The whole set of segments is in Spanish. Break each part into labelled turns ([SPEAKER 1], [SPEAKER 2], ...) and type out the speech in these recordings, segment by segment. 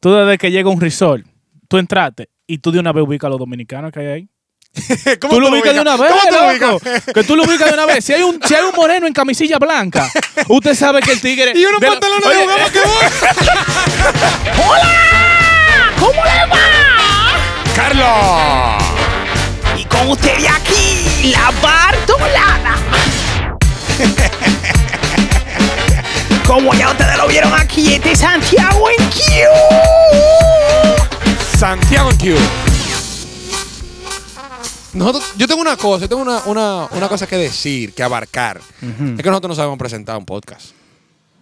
[SPEAKER 1] Tú desde que llega un resort, tú entraste y tú de una vez ubicas a los dominicanos que hay ahí.
[SPEAKER 2] ¿Cómo
[SPEAKER 1] Tú lo ubicas de una vez,
[SPEAKER 2] ¿Cómo tú lo
[SPEAKER 1] loco.
[SPEAKER 2] ubicas?
[SPEAKER 1] Que tú lo ubicas de una vez. Si hay un, si hay un moreno en camisilla blanca, usted sabe que el tigre...
[SPEAKER 2] Y unos
[SPEAKER 1] de-
[SPEAKER 2] pantalones de
[SPEAKER 1] Oye, eh,
[SPEAKER 2] jugador que voy.
[SPEAKER 3] ¿Cómo le va?
[SPEAKER 2] ¡Carlos!
[SPEAKER 3] Y con usted aquí, la Bartolana. Como ya ustedes lo vieron aquí, este es Santiago en Q.
[SPEAKER 2] Santiago en Q. Nosotros, yo tengo una cosa, yo tengo una, una, una cosa que decir, que abarcar. Es que nosotros no sabemos presentar un podcast.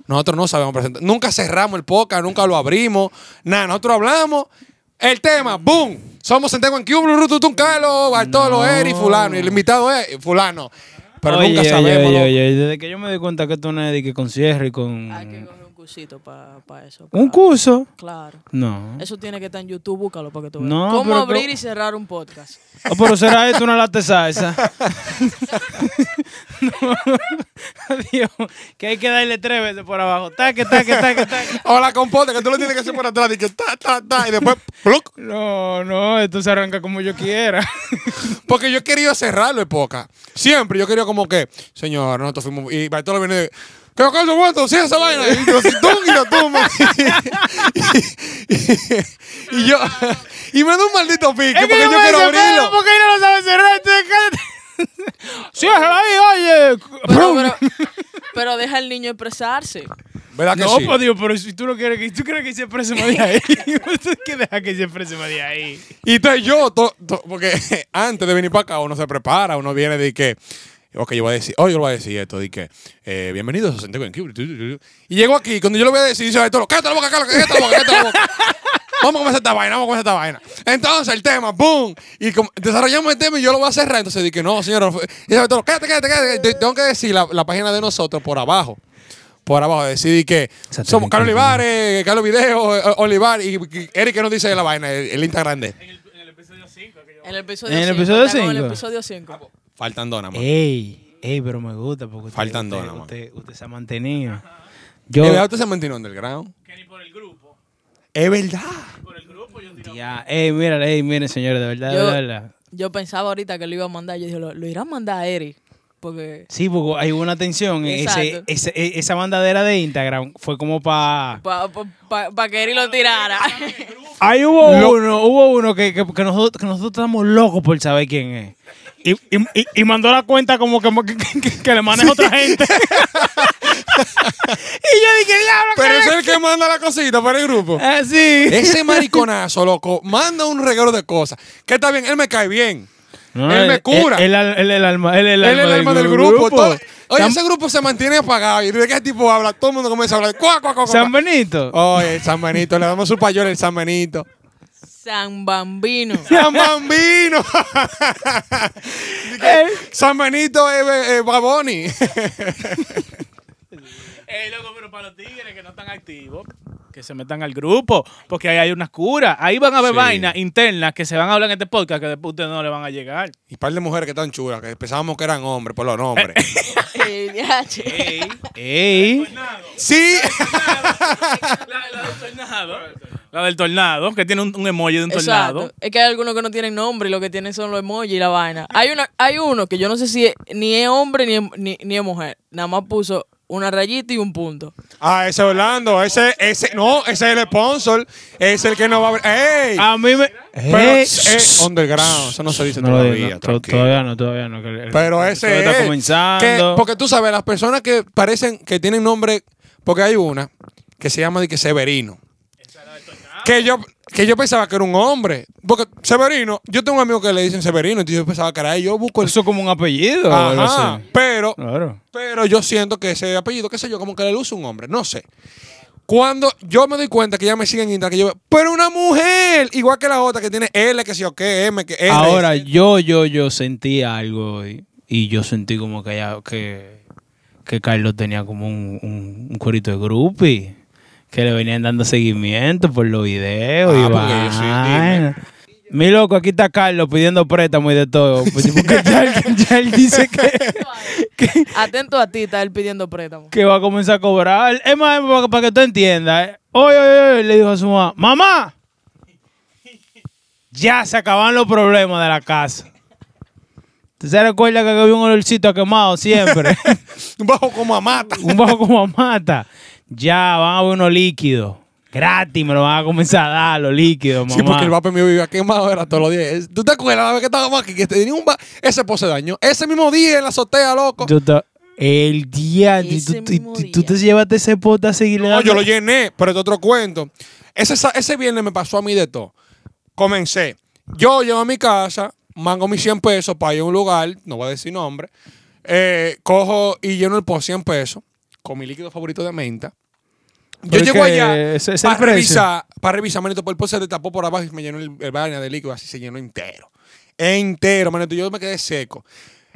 [SPEAKER 2] Nosotros no sabemos presentar. Nunca cerramos el podcast, nunca lo abrimos. Nada, nosotros hablamos. El tema, ¡boom! Somos Santiago en Q, Blue Tutun, Carlos, Bartolo, Eri, Fulano. Y el invitado es Fulano. Pero
[SPEAKER 4] Oye,
[SPEAKER 2] nunca
[SPEAKER 4] oye,
[SPEAKER 2] sabemos.
[SPEAKER 4] oye,
[SPEAKER 2] ¿no?
[SPEAKER 4] oye, desde que yo me di cuenta que esto no es de que con cierre y con.
[SPEAKER 5] Hay que coger un cursito para eso.
[SPEAKER 4] Mm. ¿Un
[SPEAKER 5] pa-
[SPEAKER 4] curso?
[SPEAKER 5] Claro.
[SPEAKER 4] No.
[SPEAKER 5] Eso tiene que estar en YouTube, búscalo para que tú veas.
[SPEAKER 4] No,
[SPEAKER 5] ¿Cómo
[SPEAKER 4] pero-
[SPEAKER 5] abrir y cerrar un podcast?
[SPEAKER 4] Oh, pero será esto una lata de salsa. no. Dios, que hay que darle tres veces por abajo. Taque, taque, taque, taque.
[SPEAKER 2] O la compota, que tú lo tienes que hacer por atrás. Y que ta, ta, ta. Y después, ¡pluc!
[SPEAKER 4] No, no, esto se arranca como yo quiera.
[SPEAKER 2] Porque yo he querido cerrarlo en poca. Siempre yo quería como que, señor, nosotros fuimos. Y Bartolo viene de. ¿Qué acaso cuánto? Sí, esa vaina. Y yo, si tú y lo tumba. y, y- y yo. Y me da un maldito pique porque yo quiero abrirlo.
[SPEAKER 4] Porque no lo sabe cerrar. Entonces, cállate. Ciérralo ahí, oye.
[SPEAKER 5] Pero, pero- pero deja al niño expresarse.
[SPEAKER 2] ¿Verdad que
[SPEAKER 4] No,
[SPEAKER 2] sí?
[SPEAKER 4] pues Dios, pero si tú no quieres que tú crees que se exprese más de ahí, pues, tú que deja que se exprese más de ahí.
[SPEAKER 2] Y entonces yo, to- to- porque antes de venir para acá, uno se prepara, uno viene de que, ok, yo voy a decir, hoy yo le voy a decir esto, de que, eh, bienvenidos a Santiago en Cuba. Y llego aquí, cuando yo lo voy a decir, dice esto, cállate la boca, Carlos, cállate la boca, cállate la boca. Vamos a comenzar esta vaina, vamos a comenzar esta vaina. Entonces el tema, boom, y como- desarrollamos el tema y yo lo voy a cerrar. Entonces dije, no, señora, no fue- y dice todo, cállate, cállate, cállate. Te- Tengo que decir la, la página de nosotros por abajo. Por abajo, decidí que
[SPEAKER 4] Satélite.
[SPEAKER 2] somos Carlos Olivares, Carlos Video, eh, Olivar y y Eric que nos dice la vaina, el, el Instagram de.
[SPEAKER 5] En el episodio
[SPEAKER 4] En
[SPEAKER 5] 5.
[SPEAKER 4] el episodio
[SPEAKER 5] En el
[SPEAKER 4] cinco.
[SPEAKER 5] episodio 5.
[SPEAKER 2] Faltan dos nada más.
[SPEAKER 4] Ey, ey, pero me gusta porque usted,
[SPEAKER 2] Faltan
[SPEAKER 4] usted-
[SPEAKER 2] dos, nada más. Eh,
[SPEAKER 4] usted, usted se ha mantenido.
[SPEAKER 2] Es
[SPEAKER 4] Yo,
[SPEAKER 2] verdad, usted se mantiene underground. Es verdad.
[SPEAKER 4] ya, ey, mira, ey, miren, señores, de verdad, de
[SPEAKER 5] Yo-
[SPEAKER 4] verdad, de verdad.
[SPEAKER 5] Yo pensaba ahorita que lo iba a mandar. Yo dije, lo, lo irá a mandar a Eric. Porque
[SPEAKER 4] Sí, porque hay una tensión. Ese,
[SPEAKER 5] Exacto.
[SPEAKER 4] ese- e- esa bandadera de Instagram fue como para.
[SPEAKER 5] para que Eric lo tirara.
[SPEAKER 4] Ahí hubo uno, hubo uno que, que, que nosotros, que nosotros estamos locos por saber quién es. Y, y, y- y mandó la cuenta como que, que- que- que le maneja otra gente. y yo dije, diablo,
[SPEAKER 2] Pero
[SPEAKER 4] ¿qué
[SPEAKER 2] es el que manda la cosita para el grupo.
[SPEAKER 4] Ah, sí.
[SPEAKER 2] Ese mariconazo, loco, manda un reguero de cosas. Que está bien, él me cae bien. él me cura.
[SPEAKER 4] eh, Él es el alma, él es el
[SPEAKER 2] él es el alma del grupo. todo. Oye,
[SPEAKER 4] San-
[SPEAKER 2] ese grupo se mantiene apagado. Y de qué tipo habla, todo el mundo comienza a hablar. Cuá, cuá, cuá, cuá.
[SPEAKER 4] San Benito.
[SPEAKER 2] Oye, el San Benito, le damos su payol el San Benito.
[SPEAKER 5] San Bambino.
[SPEAKER 2] San Bambino.
[SPEAKER 4] Eh,
[SPEAKER 2] San Benito es eh, eh, Baboni.
[SPEAKER 1] Ey, loco, pero para los tigres que no están activos, que se metan al grupo, porque ahí hay unas curas. Ahí van a haber
[SPEAKER 2] Sí.
[SPEAKER 1] vainas internas que se van a hablar en este podcast que después ustedes no le van a llegar.
[SPEAKER 2] y un par de mujeres que están chulas, que pensábamos que eran hombres por los nombres.
[SPEAKER 5] Eh, ya, che.
[SPEAKER 4] Ey.
[SPEAKER 2] sí.
[SPEAKER 1] La, del tornado. La del tornado, que tiene un, un emoji de un tornado.
[SPEAKER 5] Exacto. Es que hay algunos que no tienen nombre y lo que tienen son los emojis y la vaina. Hay una, hay uno que yo no sé si es- ni es hombre ni es, ni, ni es mujer. Nada más puso una rayita y un punto.
[SPEAKER 2] Ah, ese Orlando, ese, ese, no, ese es el sponsor, es el que no va a abrir. ¡Ey!
[SPEAKER 4] A mí me.
[SPEAKER 2] pero
[SPEAKER 4] Ey.
[SPEAKER 2] es underground, eso no se dice
[SPEAKER 4] Eh, No lo
[SPEAKER 2] todavía.
[SPEAKER 4] digo, no, to-
[SPEAKER 2] tranquilo.
[SPEAKER 4] todavía no, todavía no. que el- el-
[SPEAKER 2] pero
[SPEAKER 4] el-
[SPEAKER 2] ese
[SPEAKER 4] todavía
[SPEAKER 2] es.
[SPEAKER 4] está
[SPEAKER 2] que-
[SPEAKER 4] comenzando.
[SPEAKER 2] porque tú sabes, las personas que parecen que tienen nombre, porque hay una que se llama de que Severino. Que yo, que yo pensaba que era un hombre. Porque Severino, yo tengo un amigo que le dicen Severino, entonces yo pensaba que era él. Yo busco el.
[SPEAKER 4] Eso es como un apellido. o algo
[SPEAKER 2] Ajá,
[SPEAKER 4] así.
[SPEAKER 2] pero
[SPEAKER 4] Claro.
[SPEAKER 2] pero yo siento que ese apellido, qué sé yo, como que le luce un hombre, no sé. Cuando yo me doy cuenta que ya me siguen en Instagram, que yo veo, pero una mujer, igual que la otra que tiene L, que sí o qué, M, que R.
[SPEAKER 4] Ahora, yo, yo, yo sentí algo hoy. Y yo sentí como que, ya- que, que Carlos tenía como un, un, un corito de groupie. Que le venían dando seguimiento por los videos
[SPEAKER 2] Ah,
[SPEAKER 4] y
[SPEAKER 2] porque yo soy
[SPEAKER 4] vaina. Mi loco, aquí está Carlos pidiendo préstamo y de todo. Pues, Porque ya, él- ya él dice que, que,
[SPEAKER 5] Atento a ti, está él pidiendo préstamo.
[SPEAKER 4] que va a comenzar a cobrar. Es más, para que tú entiendas, eh, Oye, oye, oye, le dijo a su mamá, mamá, ya se acaban los problemas de la casa. ¿Usted se recuerda que había un olorcito a quemado siempre?
[SPEAKER 2] Un bajo como a mata.
[SPEAKER 4] un bajo como a mata. Ya van a haber unos líquidos. Gratis me lo van a comenzar a dar, los líquidos, mamá.
[SPEAKER 2] Sí, porque el papá mío vivía quemado, era todos los días. Es- ¿Tú te acuerdas la vez que estábamos aquí? Que tenía un ba- Ese pose daño. Ese mismo día en la azotea, loco.
[SPEAKER 4] Yo te- El día, y tú,
[SPEAKER 5] Ese
[SPEAKER 4] tú-
[SPEAKER 5] mismo
[SPEAKER 4] tú- tú
[SPEAKER 5] día.
[SPEAKER 4] te llevaste ese pote a seguirle
[SPEAKER 2] No,
[SPEAKER 4] dando-
[SPEAKER 2] yo lo llené, pero es otro cuento. Ese, sa- ese viernes me pasó a mí de todo. Comencé. Yo llevo a mi casa, mango mis 100 pesos para ir a un lugar, no voy a decir nombre. eh, cojo y lleno el por 100 pesos con mi líquido favorito de menta. Yo
[SPEAKER 4] Pero es
[SPEAKER 2] llego
[SPEAKER 4] que
[SPEAKER 2] allá
[SPEAKER 4] ese es el
[SPEAKER 2] para
[SPEAKER 4] precio.
[SPEAKER 2] revisar, para revisar, manito, por el pozo se tapó por abajo y me llenó el, el baño de líquido, así se llenó entero. Entero, manito, yo me quedé seco.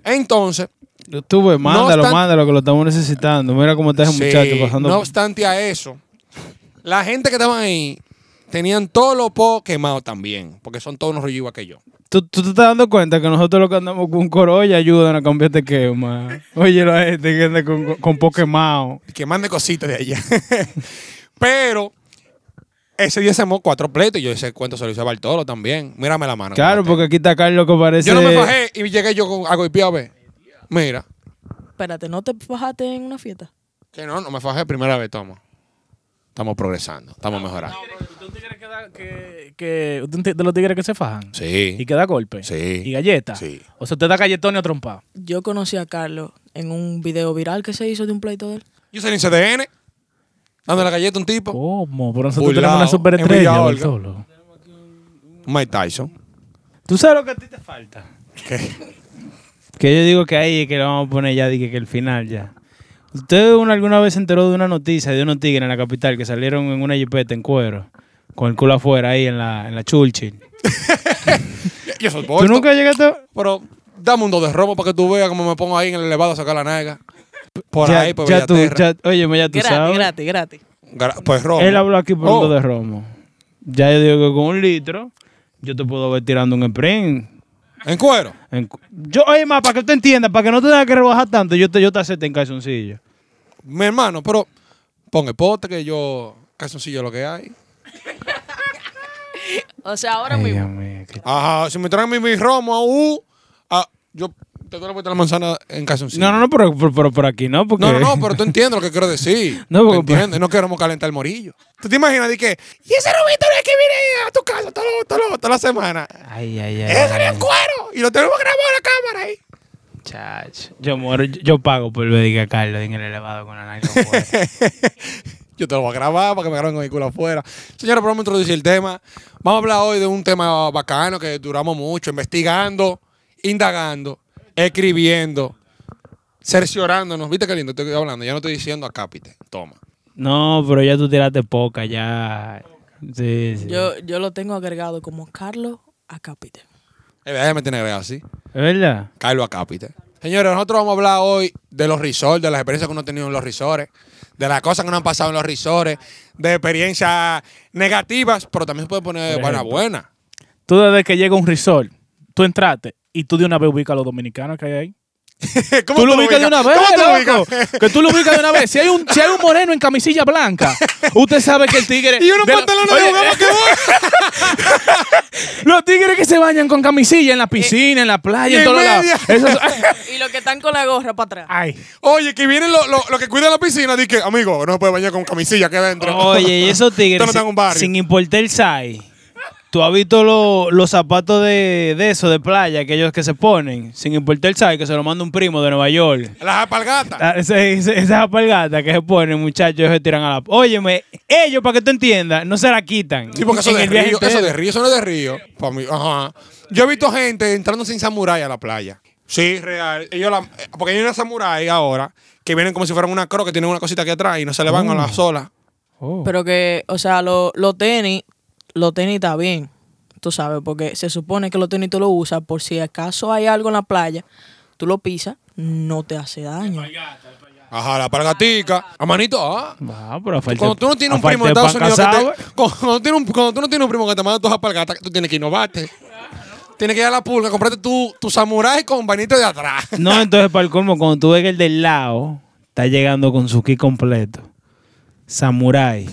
[SPEAKER 2] Entonces,
[SPEAKER 4] Yo tuve, pues, mándalo,
[SPEAKER 2] obstante-
[SPEAKER 4] mándalo, que lo estamos necesitando. Mira cómo está ese
[SPEAKER 2] Sí,
[SPEAKER 4] muchacho pasando.
[SPEAKER 2] No obstante a eso, la gente que estaban ahí tenían todos los po quemados también, porque son todos unos rollos igual que yo.
[SPEAKER 4] ¿Tú, tú te estás dando cuenta que nosotros los que andamos con corolla ayudan a cambiar de quema. Oye, la gente que anda con, con Pokémon.
[SPEAKER 2] Que mande cositas de allá. Pero ese día hacemos cuatro pletos y yo ese cuento se lo hice a Bartolo también. Mírame la mano.
[SPEAKER 4] Claro, pues, porque aquí está Carlos que parece.
[SPEAKER 2] Yo no me bajé y llegué yo con algo y a ver. Mira,
[SPEAKER 5] Espérate, ¿no te bajaste en una fiesta?
[SPEAKER 2] que no, no me fajé primera vez, toma. Estamos progresando, estamos mejorando.
[SPEAKER 1] ¿Tú tigres que da- que, que- usted es de los tigres que se fajan? Y
[SPEAKER 2] Sí.
[SPEAKER 1] que da golpe.
[SPEAKER 2] Sí.
[SPEAKER 1] Y galletas.
[SPEAKER 2] Sí.
[SPEAKER 1] O sea, usted da galletón y a trompado.
[SPEAKER 5] Yo conocí a Carlos en un video viral que se hizo de un pleito de él.
[SPEAKER 2] Yo salí en CDN, dando la galleta a un tipo.
[SPEAKER 4] Oh.
[SPEAKER 1] ¿Cómo? Pero nosotros
[SPEAKER 2] Burlao,
[SPEAKER 1] tenemos una superestrella,
[SPEAKER 2] en Villa Olga.
[SPEAKER 1] Bartolo.
[SPEAKER 2] Mike Tyson.
[SPEAKER 4] Tú sabes lo que a ti te falta.
[SPEAKER 2] ¿Qué?
[SPEAKER 4] Que yo digo que ahí es que lo vamos a poner ya, dije que el final ya. ¿Usted una- alguna vez se enteró de una noticia de unos tigres en la capital que salieron en una jipeta en cuero? Con el culo afuera ahí en la, en la Churchill.
[SPEAKER 2] Yo soy
[SPEAKER 4] ¿Tú nunca llegaste a.?
[SPEAKER 2] Pero dame un dos de romo para que tú veas cómo me pongo ahí en el elevado a sacar la nalga. Por
[SPEAKER 4] ya,
[SPEAKER 2] ahí, por
[SPEAKER 4] ya tú,
[SPEAKER 2] Bellaterra.
[SPEAKER 4] ya, Oye, ya tú
[SPEAKER 5] Gratis,
[SPEAKER 4] sabes.
[SPEAKER 5] gratis, gratis.
[SPEAKER 2] Gra- Pues romo.
[SPEAKER 4] Él habló aquí por
[SPEAKER 2] Oh,
[SPEAKER 4] un dos de romo. Ya yo digo que con un litro, yo te puedo ver tirando un sprint.
[SPEAKER 2] En cuero.
[SPEAKER 4] en cu- yo, oye, más, para que tú entiendas, para que no te tengas que rebajar tanto, yo te, yo te acepto en calzoncillo.
[SPEAKER 2] Mi hermano, pero pon el pote que yo calzoncillo lo que hay.
[SPEAKER 5] O sea, ahora
[SPEAKER 4] Ay,
[SPEAKER 5] mismo.
[SPEAKER 4] Dios mío, qué-
[SPEAKER 2] Ajá, si me traen mi, mi romo, uh, ah, yo te doy la vuelta a la manzana en calzoncillo.
[SPEAKER 4] No, no, no, pero por, aquí no, porque...
[SPEAKER 2] No, no, no, pero tú entiendes lo que quiero decir.
[SPEAKER 4] No, pues,
[SPEAKER 2] No,
[SPEAKER 4] porque-
[SPEAKER 2] entiendes, no queremos calentar el morillo. ¿Tú te imaginas de que, y ese robito es el que viene a tu casa todo, todo, toda la semana?
[SPEAKER 4] Ay, ay, ay.
[SPEAKER 2] ¡Ese salió en cuero! Y lo tenemos grabado en la cámara ahí.
[SPEAKER 4] Chacho. Yo muero, yo, yo pago por ver a Carlos en el elevado con la nalga afuera.
[SPEAKER 2] Yo te lo voy a grabar para que me graben con el culo afuera. Señores, pero vamos a introducir el tema. Vamos a hablar hoy de un tema bacano que duramos mucho, investigando, indagando, escribiendo, cerciorándonos. ¿Viste qué lindo estoy hablando? Ya no estoy diciendo acápite. Toma.
[SPEAKER 4] No, pero ya tú tiraste poca, ya... Sí, sí.
[SPEAKER 5] Yo, yo lo tengo agregado como Carlos Acapite.
[SPEAKER 2] Eh, Déjame tener que ver así.
[SPEAKER 4] ¿Es verdad?
[SPEAKER 2] Carlos Acápite. Señores, nosotros vamos a hablar hoy de los resorts, de las experiencias que uno ha tenido en los resorts, de las cosas que nos han pasado en los resorts, de experiencias negativas, pero también se puede poner
[SPEAKER 4] Por
[SPEAKER 2] buena,
[SPEAKER 4] ejemplo.
[SPEAKER 2] buena.
[SPEAKER 1] Tú desde que llega un resort, tú entraste y tú de una vez ubicas a los dominicanos que hay ahí.
[SPEAKER 2] ¿Cómo
[SPEAKER 1] Tú lo ubicas de una vez,
[SPEAKER 2] ¿Cómo tú lo
[SPEAKER 1] loco.
[SPEAKER 2] ubicas?
[SPEAKER 1] Que tú lo ubicas de una vez. Si hay un, si hay un moreno en camisilla blanca, usted sabe que el tigre...
[SPEAKER 2] Y unos
[SPEAKER 1] de la-
[SPEAKER 2] pantalones
[SPEAKER 1] Oye, eh,
[SPEAKER 2] de jugamos que voy.
[SPEAKER 1] Los tigres que se bañan con camisilla en la piscina, en la playa,
[SPEAKER 2] y
[SPEAKER 1] en
[SPEAKER 2] en
[SPEAKER 1] todos lados.
[SPEAKER 2] media.
[SPEAKER 1] Esos-
[SPEAKER 5] Y los que están con la gorra para atrás.
[SPEAKER 1] Ay.
[SPEAKER 2] Oye, que vienen los los- los que cuidan la piscina. Dice, amigo, no se puede bañar con camisilla aquí adentro.
[SPEAKER 4] Oye, y esos
[SPEAKER 2] Esto
[SPEAKER 4] tigres,
[SPEAKER 2] no está en un barrio.
[SPEAKER 4] sin importar el size, tú has visto lo- los zapatos de, de eso, de playa, aquellos que se ponen, sin importar el size, que se lo manda un primo de Nueva York.
[SPEAKER 2] Las alpargatas.
[SPEAKER 4] Ah, ese- ese- Esas apalgatas que se ponen, muchachos, ellos se tiran a la... Óyeme, ellos, para que tú entiendas, no se la quitan.
[SPEAKER 2] Sí, porque eso
[SPEAKER 4] En
[SPEAKER 2] de
[SPEAKER 4] el viaje
[SPEAKER 2] río, eso
[SPEAKER 4] entero.
[SPEAKER 2] de río, eso no es de río. Pa' mí, ajá. Yo he visto gente entrando sin samurái a la playa. Sí, real. Ellos la- eh, porque hay una samurái ahora que vienen como si fueran una cro que tienen una cosita aquí atrás y no se le van a
[SPEAKER 4] Uh.
[SPEAKER 2] las olas.
[SPEAKER 4] Oh.
[SPEAKER 5] Pero que, o sea, los lo tenis, los tenis está bien. Tú sabes, porque se supone que los tenis tú los usas por si acaso hay algo en la playa, tú lo pisas, no te hace daño.
[SPEAKER 2] Ajá, la alpargatica. A manito, ah.
[SPEAKER 4] Ah, pero a falta-
[SPEAKER 2] Cuando tú no tienes
[SPEAKER 4] a
[SPEAKER 2] un primo en
[SPEAKER 4] falta de
[SPEAKER 2] Estados
[SPEAKER 4] pan
[SPEAKER 2] Unidos que
[SPEAKER 4] casado, eh.
[SPEAKER 2] te, cuando, tú tienes un, cuando tú no tienes un primo que te manda tus apalgatas, tú tienes que innovarte. Tienes que ir a la pulga, comprarte tu, tu samurái con vainito de atrás.
[SPEAKER 4] No, entonces para el colmo, cuando tú ves que el del lado está llegando con su kit completo, samurai,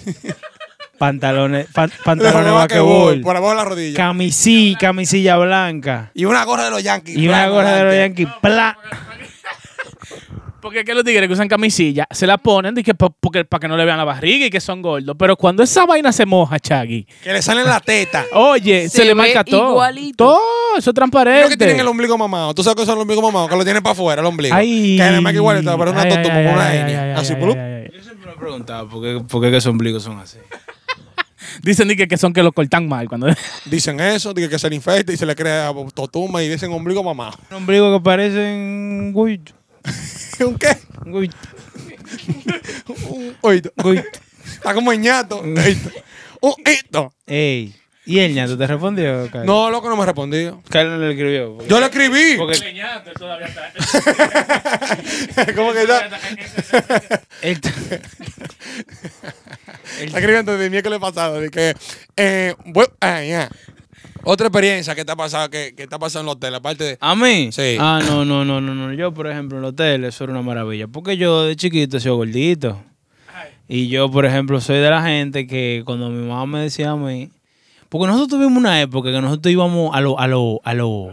[SPEAKER 4] pantalones, pan-
[SPEAKER 2] La
[SPEAKER 4] pantalones
[SPEAKER 2] mamá que voy,
[SPEAKER 4] vaquebol,
[SPEAKER 2] Por abajo de la rodilla.
[SPEAKER 4] camisilla, camisilla blanca
[SPEAKER 2] Y una gorra de los Yankees.
[SPEAKER 4] y una
[SPEAKER 2] blanco,
[SPEAKER 4] gorra de los
[SPEAKER 2] blanco.
[SPEAKER 4] Yankees. Pla.
[SPEAKER 1] Porque es que los tigres que usan camisilla se la ponen de que pa- porque, para que no le vean la barriga y que son gordos. Pero cuando esa vaina se moja, Chagui,
[SPEAKER 2] Que le salen la teta.
[SPEAKER 1] oye, se,
[SPEAKER 5] Se
[SPEAKER 1] le
[SPEAKER 5] ve
[SPEAKER 1] marca todo.
[SPEAKER 5] igualito.
[SPEAKER 1] Todo, eso es
[SPEAKER 2] Lo
[SPEAKER 1] transparente.
[SPEAKER 2] que tienen el ombligo mamado. ¿Tú sabes que son el ombligo mamado? Que lo tienen para afuera, el ombligo.
[SPEAKER 1] Ay.
[SPEAKER 2] Que además que igual está, pero una
[SPEAKER 1] Ay,
[SPEAKER 2] tonto
[SPEAKER 1] ay,
[SPEAKER 2] como una
[SPEAKER 1] ay, ay, ay,
[SPEAKER 2] enia. Así,
[SPEAKER 1] ay,
[SPEAKER 2] pulup.
[SPEAKER 1] ay, ay, ay.
[SPEAKER 4] Yo siempre me he preguntado por qué, por qué que esos ombligos son así.
[SPEAKER 1] Dicen de que, que son que lo cortan mal. cuando
[SPEAKER 2] Dicen eso, dicen que se le infecta y se le crea totuma y dicen ombligo mamado.
[SPEAKER 4] Un ombligo que parece un guito,
[SPEAKER 2] ¿Un qué?
[SPEAKER 4] un guito,
[SPEAKER 2] Un oito.
[SPEAKER 4] un guito.
[SPEAKER 2] Está como ñato. Un oito. Un oito.
[SPEAKER 4] Ey, ¿y el ñato te respondió? Carlos?
[SPEAKER 2] No, loco, no me ha respondido.
[SPEAKER 4] Carlos no le escribió. porque-
[SPEAKER 2] Yo le escribí.
[SPEAKER 4] porque
[SPEAKER 2] ¿Cómo que está?
[SPEAKER 4] él t-
[SPEAKER 2] Está escribiendo desde miércoles pasado. De que, eh, bueno, ah, ya. Otra experiencia que está pasando, que, que está pasando en el hotel, aparte de.
[SPEAKER 4] ¿A mí?
[SPEAKER 2] Sí.
[SPEAKER 4] Ah, no, no, no, no, no. Yo, por ejemplo, en el hotel, eso era una maravilla. Porque yo de chiquito he sido gordito. Y yo, por ejemplo, soy de la gente que cuando mi mamá me decía a mí. Porque nosotros tuvimos una época que nosotros íbamos a lo, a lo, a lo.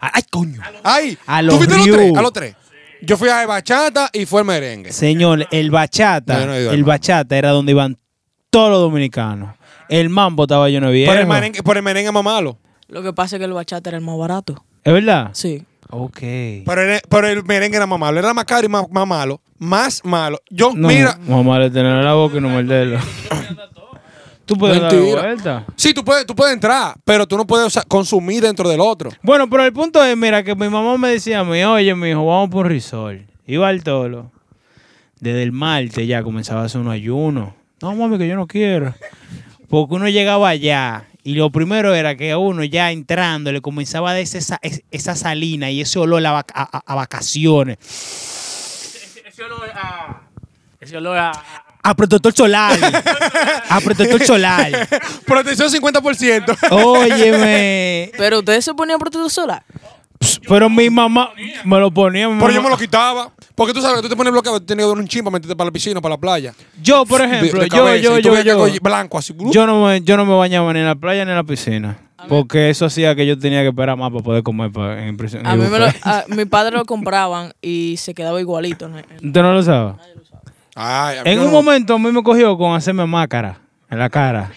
[SPEAKER 4] a- ¡Ay, coño!
[SPEAKER 2] ¡Ay!
[SPEAKER 4] A
[SPEAKER 2] ¿Tú
[SPEAKER 4] los
[SPEAKER 2] fuiste a los
[SPEAKER 4] Ryu.
[SPEAKER 2] tres? A los tres. Yo fui a Bachata y fue el merengue.
[SPEAKER 4] Señor, el bachata,
[SPEAKER 2] No, yo no he ido al
[SPEAKER 4] el
[SPEAKER 2] mambo.
[SPEAKER 4] bachata era donde iban todos los dominicanos. El mambo estaba lleno de
[SPEAKER 2] Por el,
[SPEAKER 4] viejo.
[SPEAKER 2] merengue, por el merengue más malo.
[SPEAKER 5] Lo que pasa es que el bachata era el más barato.
[SPEAKER 4] ¿Es verdad?
[SPEAKER 5] Sí.
[SPEAKER 4] Ok.
[SPEAKER 2] Pero el, pero el merengue era más malo. Era más caro y más, más malo. Más malo. Yo,
[SPEAKER 4] No,
[SPEAKER 2] mira.
[SPEAKER 4] Mamá le tener la boca y no morderlo. Tú puedes dar
[SPEAKER 2] Mentira.
[SPEAKER 4] vuelta.
[SPEAKER 2] Sí, tú puedes, tú puedes entrar, pero tú no puedes o sea, consumir dentro del otro.
[SPEAKER 4] Bueno, pero el punto es, mira, que mi mamá me decía a mí, oye, mi hijo, vamos por un risol. Iba al tolo. Desde el martes ya comenzaba a hacer unos ayunos. No, mami, que yo no quiero. Porque uno llegaba allá y lo primero era que a uno ya entrando le comenzaba a dar ese sa- es- esa salina y ese olor a, vac- a- a- a vacaciones.
[SPEAKER 1] Ese olor a... Ese olor a...
[SPEAKER 4] A protector solar. a protector solar.
[SPEAKER 2] Protección 50%.
[SPEAKER 4] Oh, Óyeme.
[SPEAKER 5] Pero ustedes se ponían protector solar.
[SPEAKER 4] Pero mi mamá me lo ponía. mi
[SPEAKER 2] Pero yo
[SPEAKER 4] mamá-
[SPEAKER 2] me lo quitaba. Porque tú sabes que tú te pones bloqueado, tú tienes que dar un chimpa, meterte para la piscina, para la playa.
[SPEAKER 4] Yo, por
[SPEAKER 2] De-
[SPEAKER 4] ejemplo,
[SPEAKER 2] de
[SPEAKER 4] yo,
[SPEAKER 2] cabeza,
[SPEAKER 4] yo,
[SPEAKER 2] y tú
[SPEAKER 4] yo,
[SPEAKER 2] ves que
[SPEAKER 4] yo,
[SPEAKER 2] algo Blanco, así.
[SPEAKER 4] yo no me, yo no me bañaba ni en la playa ni en la piscina. Porque eso hacía que yo tenía que esperar más para poder comer pa- en prisión.
[SPEAKER 5] A mí me lo, a- mi padre lo compraban y se quedaba igualito. ¿no?
[SPEAKER 4] ¿Usted no lo sabe?
[SPEAKER 2] Ay, a mí
[SPEAKER 4] En
[SPEAKER 2] yo
[SPEAKER 4] un
[SPEAKER 2] no-
[SPEAKER 4] momento a mí me cogió con hacerme máscara en la cara.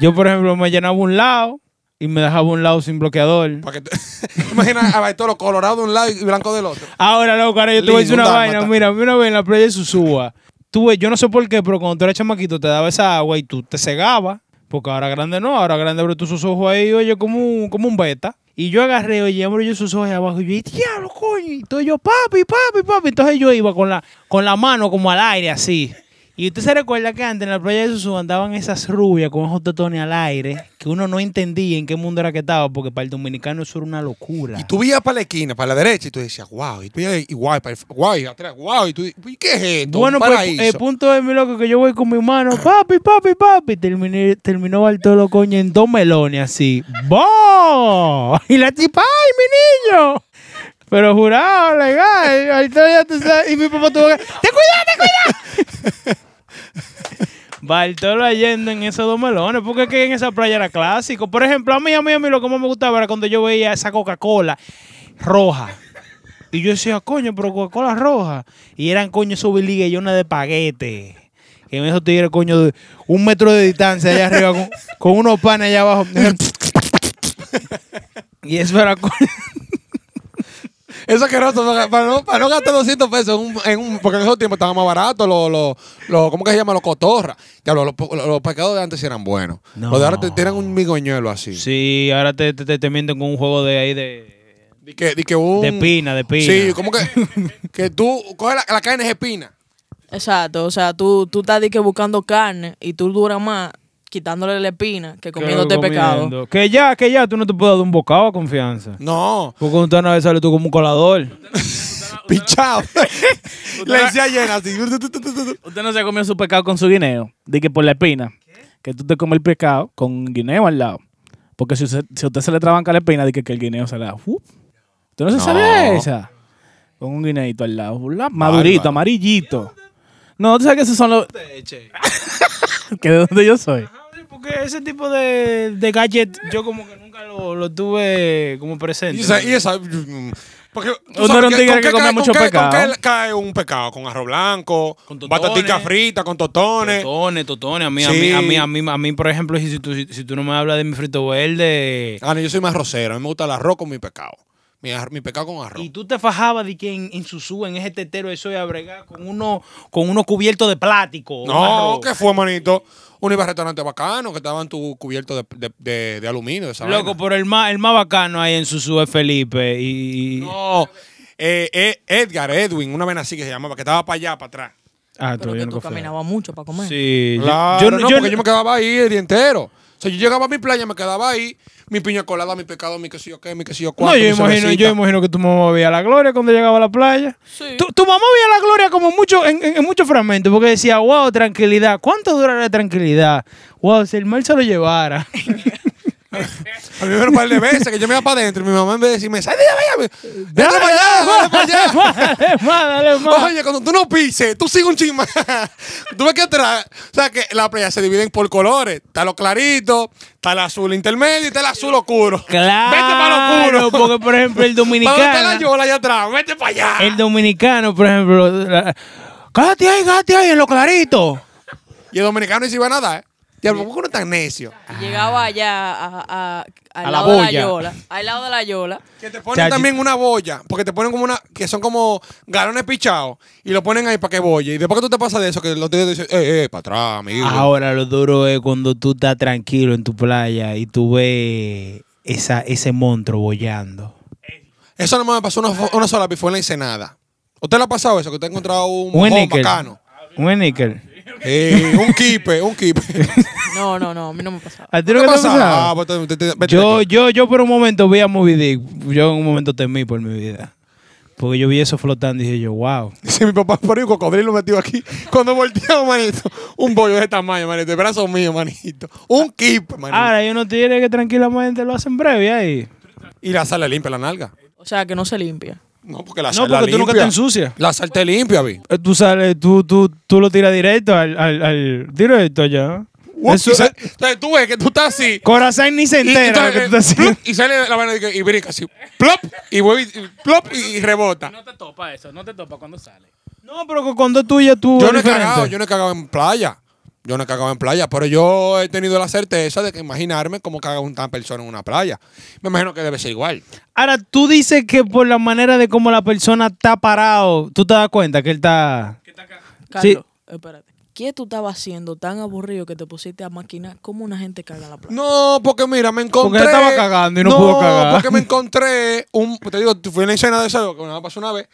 [SPEAKER 4] Yo, por ejemplo, me llenaba un lado y me dejaba un lado sin bloqueador.
[SPEAKER 2] para que te- Imagina a Bartolo colorado de un lado y blanco del otro.
[SPEAKER 4] Ahora, loco, ahora yo te voy a decir
[SPEAKER 2] Lindo,
[SPEAKER 4] una
[SPEAKER 2] un
[SPEAKER 4] vaina.
[SPEAKER 2] dálmata.
[SPEAKER 4] Mira, a mí una vez en la playa de Susúa, tú ves, yo no sé por qué, pero cuando tú eras chamaquito te daba esa agua y tú te cegabas. Porque ahora grande no, ahora grande abre tú sus ojos ahí, oye, como un, como un beta. Y yo agarré, oye, abro yo sus ojos ahí abajo. Y yo, "Y diablo, coño. Y todo yo, papi, papi, papi. Entonces yo iba con la, con la mano como al aire, así. Y usted se recuerda que antes en la playa de Susúa andaban esas rubias con esos tetones al aire, que uno no entendía en qué mundo era que estaba, porque para el dominicano eso era una locura.
[SPEAKER 2] Y tú veías para la esquina, para la derecha, y tú decías, wow. Y tú veías, y guay, para el- guay, atrás, guau. Y tú dices, "¿Y ¿qué es esto?
[SPEAKER 4] Bueno,
[SPEAKER 2] Un
[SPEAKER 4] pues
[SPEAKER 2] paraíso".
[SPEAKER 4] el punto es, mi loco, que yo voy con mi mano, papi, papi, papi. Terminé, terminó Bartolo, coño, en dos melones así. ¡Boo! Y la tipa, ¡ay, mi niño! Pero jurado, legal. Bartolo ya tú sabes. Y mi papá tuvo que. ¡Te cuida, te cuida! Bartolo yendo en esos dos melones, porque es que en esa playa era clásico. Por ejemplo, a mí, a mí, a mí lo que más me gustaba era cuando yo veía esa Coca-Cola roja. Y yo decía, coño, pero Coca-Cola roja. Y eran, coño, esos biliguillones de paguete. Que en esos tigres, coño, de un metro de distancia allá arriba con, con unos panes allá abajo. y eso era, coño.
[SPEAKER 2] Eso es asqueroso, porque para no, para no gastar 200 pesos en un, en un- porque en esos tiempos estaba más barato, los, los, los- ¿cómo que se llama? Los cotorras. Ya, los, los, los pescados de antes sí eran buenos.
[SPEAKER 4] No.
[SPEAKER 2] Los de ahora te tiran un migoñuelo así.
[SPEAKER 4] Sí, ahora te, te, te- te mienten con un juego de ahí de...
[SPEAKER 2] Di que, di que un-
[SPEAKER 4] De pina, de pina.
[SPEAKER 2] Sí, como que, que tú coges la, la carne es espina.
[SPEAKER 5] Exacto. O sea, tú, tú estás de que buscando carne y tú duras más quitándole la espina que comiéndote pecado.
[SPEAKER 4] Comiendo. Que ya, que ya, tú no te puedes dar un bocado a confianza.
[SPEAKER 2] No,
[SPEAKER 4] Porque un una vez sale tú como un colador.
[SPEAKER 2] pichado. Le decía llena así. Yo
[SPEAKER 1] Usted no se comió su pescado con su guineo. Di que por la espina. Que tú te comes el pescado con guineo al lado. Porque si usted, si usted se le trabanca la espina, di que, que el guineo se la. ¡Uf! Usted no se sabe esa. Con un guineito al lado. Ula, Madurito, amarillito. No, tú sabes que esos son los. que de donde yo soy.
[SPEAKER 4] porque ese tipo de, de gadget yo como que nunca lo, lo tuve como presente.
[SPEAKER 2] Y esa, y esa- mm, porque tú
[SPEAKER 1] Uno
[SPEAKER 2] sabes
[SPEAKER 1] era un
[SPEAKER 2] que-
[SPEAKER 1] tigre
[SPEAKER 2] ¿con
[SPEAKER 1] que
[SPEAKER 2] qué
[SPEAKER 1] comía
[SPEAKER 2] cae- con
[SPEAKER 1] mucho
[SPEAKER 2] qué-
[SPEAKER 1] pecado.
[SPEAKER 2] ¿Con qué cae un pecado? Con arroz blanco,
[SPEAKER 4] Con totones.
[SPEAKER 2] batatica frita, con totones.
[SPEAKER 4] Totones, totones. A mí,
[SPEAKER 2] Sí.
[SPEAKER 4] a, mí, a, mí, a mí, a mí, por ejemplo, si, si tú, si, si tú no me hablas de mi frito verde...
[SPEAKER 2] Ah, no, yo soy más rosero. A mí me gusta el arroz con mi pecado. Mi, ar- mi pecado con arroz.
[SPEAKER 4] Y tú te fajabas de que en, en Susú, en ese tetero, eso de abregar con uno, con uno cubierto de plástico.
[SPEAKER 2] No,
[SPEAKER 4] arroz.
[SPEAKER 2] ¿qué fue, manito? Uno iba a restaurante bacano que estaban tu cubierto de, de, de- de aluminio. de esa
[SPEAKER 4] Loco,
[SPEAKER 2] vaina.
[SPEAKER 4] pero el más, el más bacano ahí en Susú es Felipe. Y, y-
[SPEAKER 2] No. eh, eh, Edgar, Edwin, una vena así que se llamaba, que estaba para allá, para atrás.
[SPEAKER 4] Ah,
[SPEAKER 5] Pero
[SPEAKER 4] todavía
[SPEAKER 5] que
[SPEAKER 4] nunca
[SPEAKER 5] tú
[SPEAKER 4] fue.
[SPEAKER 5] caminabas mucho para comer.
[SPEAKER 4] Sí. yo-
[SPEAKER 2] Claro,
[SPEAKER 4] yo,
[SPEAKER 2] no,
[SPEAKER 4] yo-
[SPEAKER 2] porque yo me quedaba ahí el día entero. O sea, yo llegaba a mi playa, me quedaba ahí, mi piña colada, mi pecado, mi que sé yo qué, mi que sé yo
[SPEAKER 4] No,
[SPEAKER 2] cuánto,
[SPEAKER 4] yo
[SPEAKER 2] mi
[SPEAKER 4] imagino,
[SPEAKER 2] cervecita.
[SPEAKER 4] yo imagino que tu mamá veía la gloria cuando llegaba a la playa.
[SPEAKER 5] Sí.
[SPEAKER 4] Tu, tu mamá veía la gloria como mucho, en, en- en muchos fragmentos, porque decía, wow, tranquilidad. ¿Cuánto durará la tranquilidad? Wow, si el mal se lo llevara.
[SPEAKER 2] A mí me un par de veces que yo me iba para adentro y mi mamá en vez de decirme, sal de allá, déjame para allá, dale para allá.
[SPEAKER 4] Dale más, dale más.
[SPEAKER 2] Oye, cuando tú no pises, tú sigues un chisma. tú ves que atrás, o sea, que la playa se dividen por colores. Está lo clarito, está el azul intermedio y está el azul oscuro. Vete para lo
[SPEAKER 4] Claro,
[SPEAKER 2] oscuro.
[SPEAKER 4] porque por ejemplo el
[SPEAKER 2] ¿Para dónde está la
[SPEAKER 4] dominicano,
[SPEAKER 2] yola allá atrás? Vete para allá.
[SPEAKER 4] el dominicano, por ejemplo, la- cállate ahí, cállate ahí en lo clarito.
[SPEAKER 2] Y el dominicano dice, iba a ¿eh? nadar. Y a lo mejor uno es tan necio.
[SPEAKER 5] Llegaba allá a, a- al
[SPEAKER 4] Ah. A la
[SPEAKER 5] lado de
[SPEAKER 4] boya.
[SPEAKER 5] la yola. Al lado de la yola.
[SPEAKER 2] Que te ponen
[SPEAKER 4] Chachi.
[SPEAKER 2] también una boya, porque te ponen como una, que son como galones pichados, y lo ponen ahí para que boye. Y después que tú te pasas de eso, que los tíos dicen, eh, eh, para atrás, amigo.
[SPEAKER 4] Ahora lo duro es cuando tú estás tranquilo en tu playa y tú ves esa, ese monstruo bollando.
[SPEAKER 2] Eso nomás me pasó una, fo- una sola vez, fue en la Ensenada. ¿Usted le ha pasado eso? Que usted ha encontrado un
[SPEAKER 4] Un
[SPEAKER 2] mojón
[SPEAKER 4] níquel.
[SPEAKER 2] bacano.
[SPEAKER 4] Un níquel.
[SPEAKER 2] Eh, un kipe, un kipe.
[SPEAKER 5] No, no, no, a mí no me pasaba.
[SPEAKER 4] ¿A ti no
[SPEAKER 2] ¿Qué
[SPEAKER 4] te ha
[SPEAKER 2] pasa?
[SPEAKER 4] pasado?
[SPEAKER 2] Ah, pues, te- te- te- vete de
[SPEAKER 4] Yo,
[SPEAKER 2] aquí.
[SPEAKER 4] yo, yo por un momento vi a Moby Dick. Yo en un momento temí por mi vida. Porque yo vi eso flotando y dije yo, wow.
[SPEAKER 2] Dice mi papá, por un cocodrilo metido aquí. Cuando volteamos, manito, un bollo de tamaño, manito. El brazo mío, manito. Un kipe, manito.
[SPEAKER 4] Ahora yo no tiene que tranquilamente lo hacen breve ahí.
[SPEAKER 2] Y la sal le limpia la nalga.
[SPEAKER 5] O sea, que no se limpia.
[SPEAKER 2] No, porque la
[SPEAKER 4] No,
[SPEAKER 2] sal la
[SPEAKER 4] porque tú nunca
[SPEAKER 2] limpia.
[SPEAKER 4] te ensucias.
[SPEAKER 2] La sal te limpia, vi.
[SPEAKER 4] Eh, Tú sales, tú, tú, tú lo tiras directo al, al, al- directo allá. Eso,
[SPEAKER 2] Y sal- Entonces tú ves que tú estás así.
[SPEAKER 4] Corazón ni se entera lo que tú estás
[SPEAKER 2] entonces, eh,
[SPEAKER 4] haciendo.
[SPEAKER 2] plup, y sale la vaina de que- y brinca así. Plop. Y vuelve y- y plop y, y rebota.
[SPEAKER 1] No te topa eso, no te topa cuando sale.
[SPEAKER 4] No, pero cu- cuando es tuya, tú.
[SPEAKER 2] Yo
[SPEAKER 4] es
[SPEAKER 2] no he
[SPEAKER 4] diferente.
[SPEAKER 2] cagado, yo no he cagado en playa. Yo no he cagado en playa, pero yo he tenido la certeza de que imaginarme cómo caga una persona en una playa. Me imagino que debe ser igual.
[SPEAKER 4] Ahora, tú dices que por la manera de cómo la persona está parado, tú te das cuenta que él está.
[SPEAKER 5] Carlos, espérate. ¿Qué tú estabas haciendo tan aburrido que te pusiste a maquinar cómo una gente caga en la playa?
[SPEAKER 2] No, porque mira, me encontré.
[SPEAKER 4] Porque estaba cagando y no pudo cagar.
[SPEAKER 2] Porque me encontré un. Te digo, fui en la escena de eso, que me pasó una vez.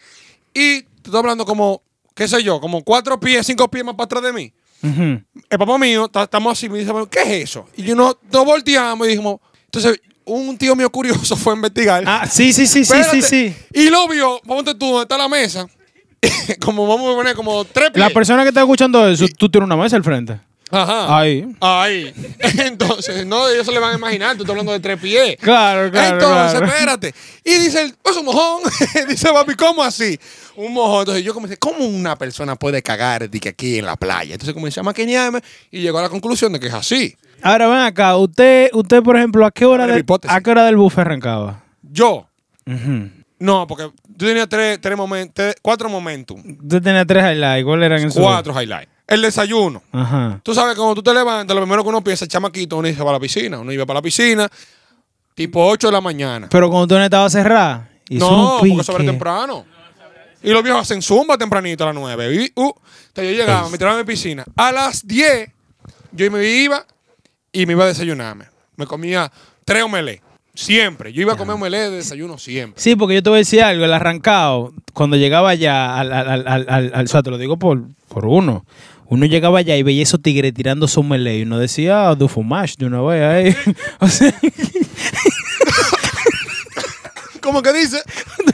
[SPEAKER 2] Y te estoy hablando como, qué sé yo, como cuatro pies, cinco pies más para atrás de mí.
[SPEAKER 4] Ujú.
[SPEAKER 2] el papá mío, ta- estamos así, me dice, "Bueno, ¿qué es eso? Y yo no, nos volteamos y dijimos, entonces un tío mío curioso fue a investigar.
[SPEAKER 4] Ah, sí, sí, sí, sí, sí,
[SPEAKER 2] Espérate.
[SPEAKER 4] sí.
[SPEAKER 2] Y lo vio, ponte tú, donde está la mesa, como vamos a poner como tres pies.
[SPEAKER 4] La persona que está escuchando eso, tú tienes una mesa al frente.
[SPEAKER 2] Ajá.
[SPEAKER 4] Ahí.
[SPEAKER 2] Ahí. Entonces, no, ellos se le van a imaginar, tú estás hablando de tres pies.
[SPEAKER 4] Claro, claro,
[SPEAKER 2] Entonces,
[SPEAKER 4] claro.
[SPEAKER 2] espérate. Y dice, el, es un mojón. dice, papi, ¿cómo así? Un mojón. Entonces yo comencé, ¿cómo una persona puede cagar de que aquí en la playa? Entonces comencé a maquinearme y llegó a la conclusión de que es así.
[SPEAKER 4] Ahora ven acá, usted, usted por ejemplo, ¿a qué hora,
[SPEAKER 2] Abre mi
[SPEAKER 4] del,
[SPEAKER 2] hipótesis.
[SPEAKER 4] ¿a qué hora del buffet arrancaba?
[SPEAKER 2] Yo,
[SPEAKER 4] Ujú.
[SPEAKER 2] No, porque yo tenía tres, tres momentos, cuatro momentos,
[SPEAKER 4] Usted tenía tres highlights, ¿cuáles eran en su-
[SPEAKER 2] cuatro highlights. El desayuno.
[SPEAKER 4] Ajá.
[SPEAKER 2] Tú sabes, cuando tú te levantas, lo primero que uno piensa, chamaquito, uno se va a la piscina. Uno iba para la piscina, tipo 8 de la mañana.
[SPEAKER 4] Pero cuando tú no estabas cerrada. y eso
[SPEAKER 2] no,
[SPEAKER 4] es un
[SPEAKER 2] porque sobre
[SPEAKER 4] pique.
[SPEAKER 2] temprano. Y los viejos hacen zumba tempranito a las 9. Y, uh, entonces yo llegaba, me tiraba a mi piscina. A las 10, yo me iba y me iba a desayunarme. Me comía tres omelés. Siempre. Yo iba a comer omelés de desayuno siempre.
[SPEAKER 4] Sí, porque yo te voy a decir algo, el arrancado, cuando llegaba allá al, al, al, al, al- al- o sea, te lo digo por, por uno. Uno llegaba allá y veía esos tigres tirando su melee y uno decía, ah, du fumage de una vez ahí. o sea,
[SPEAKER 2] ¿Cómo que dice?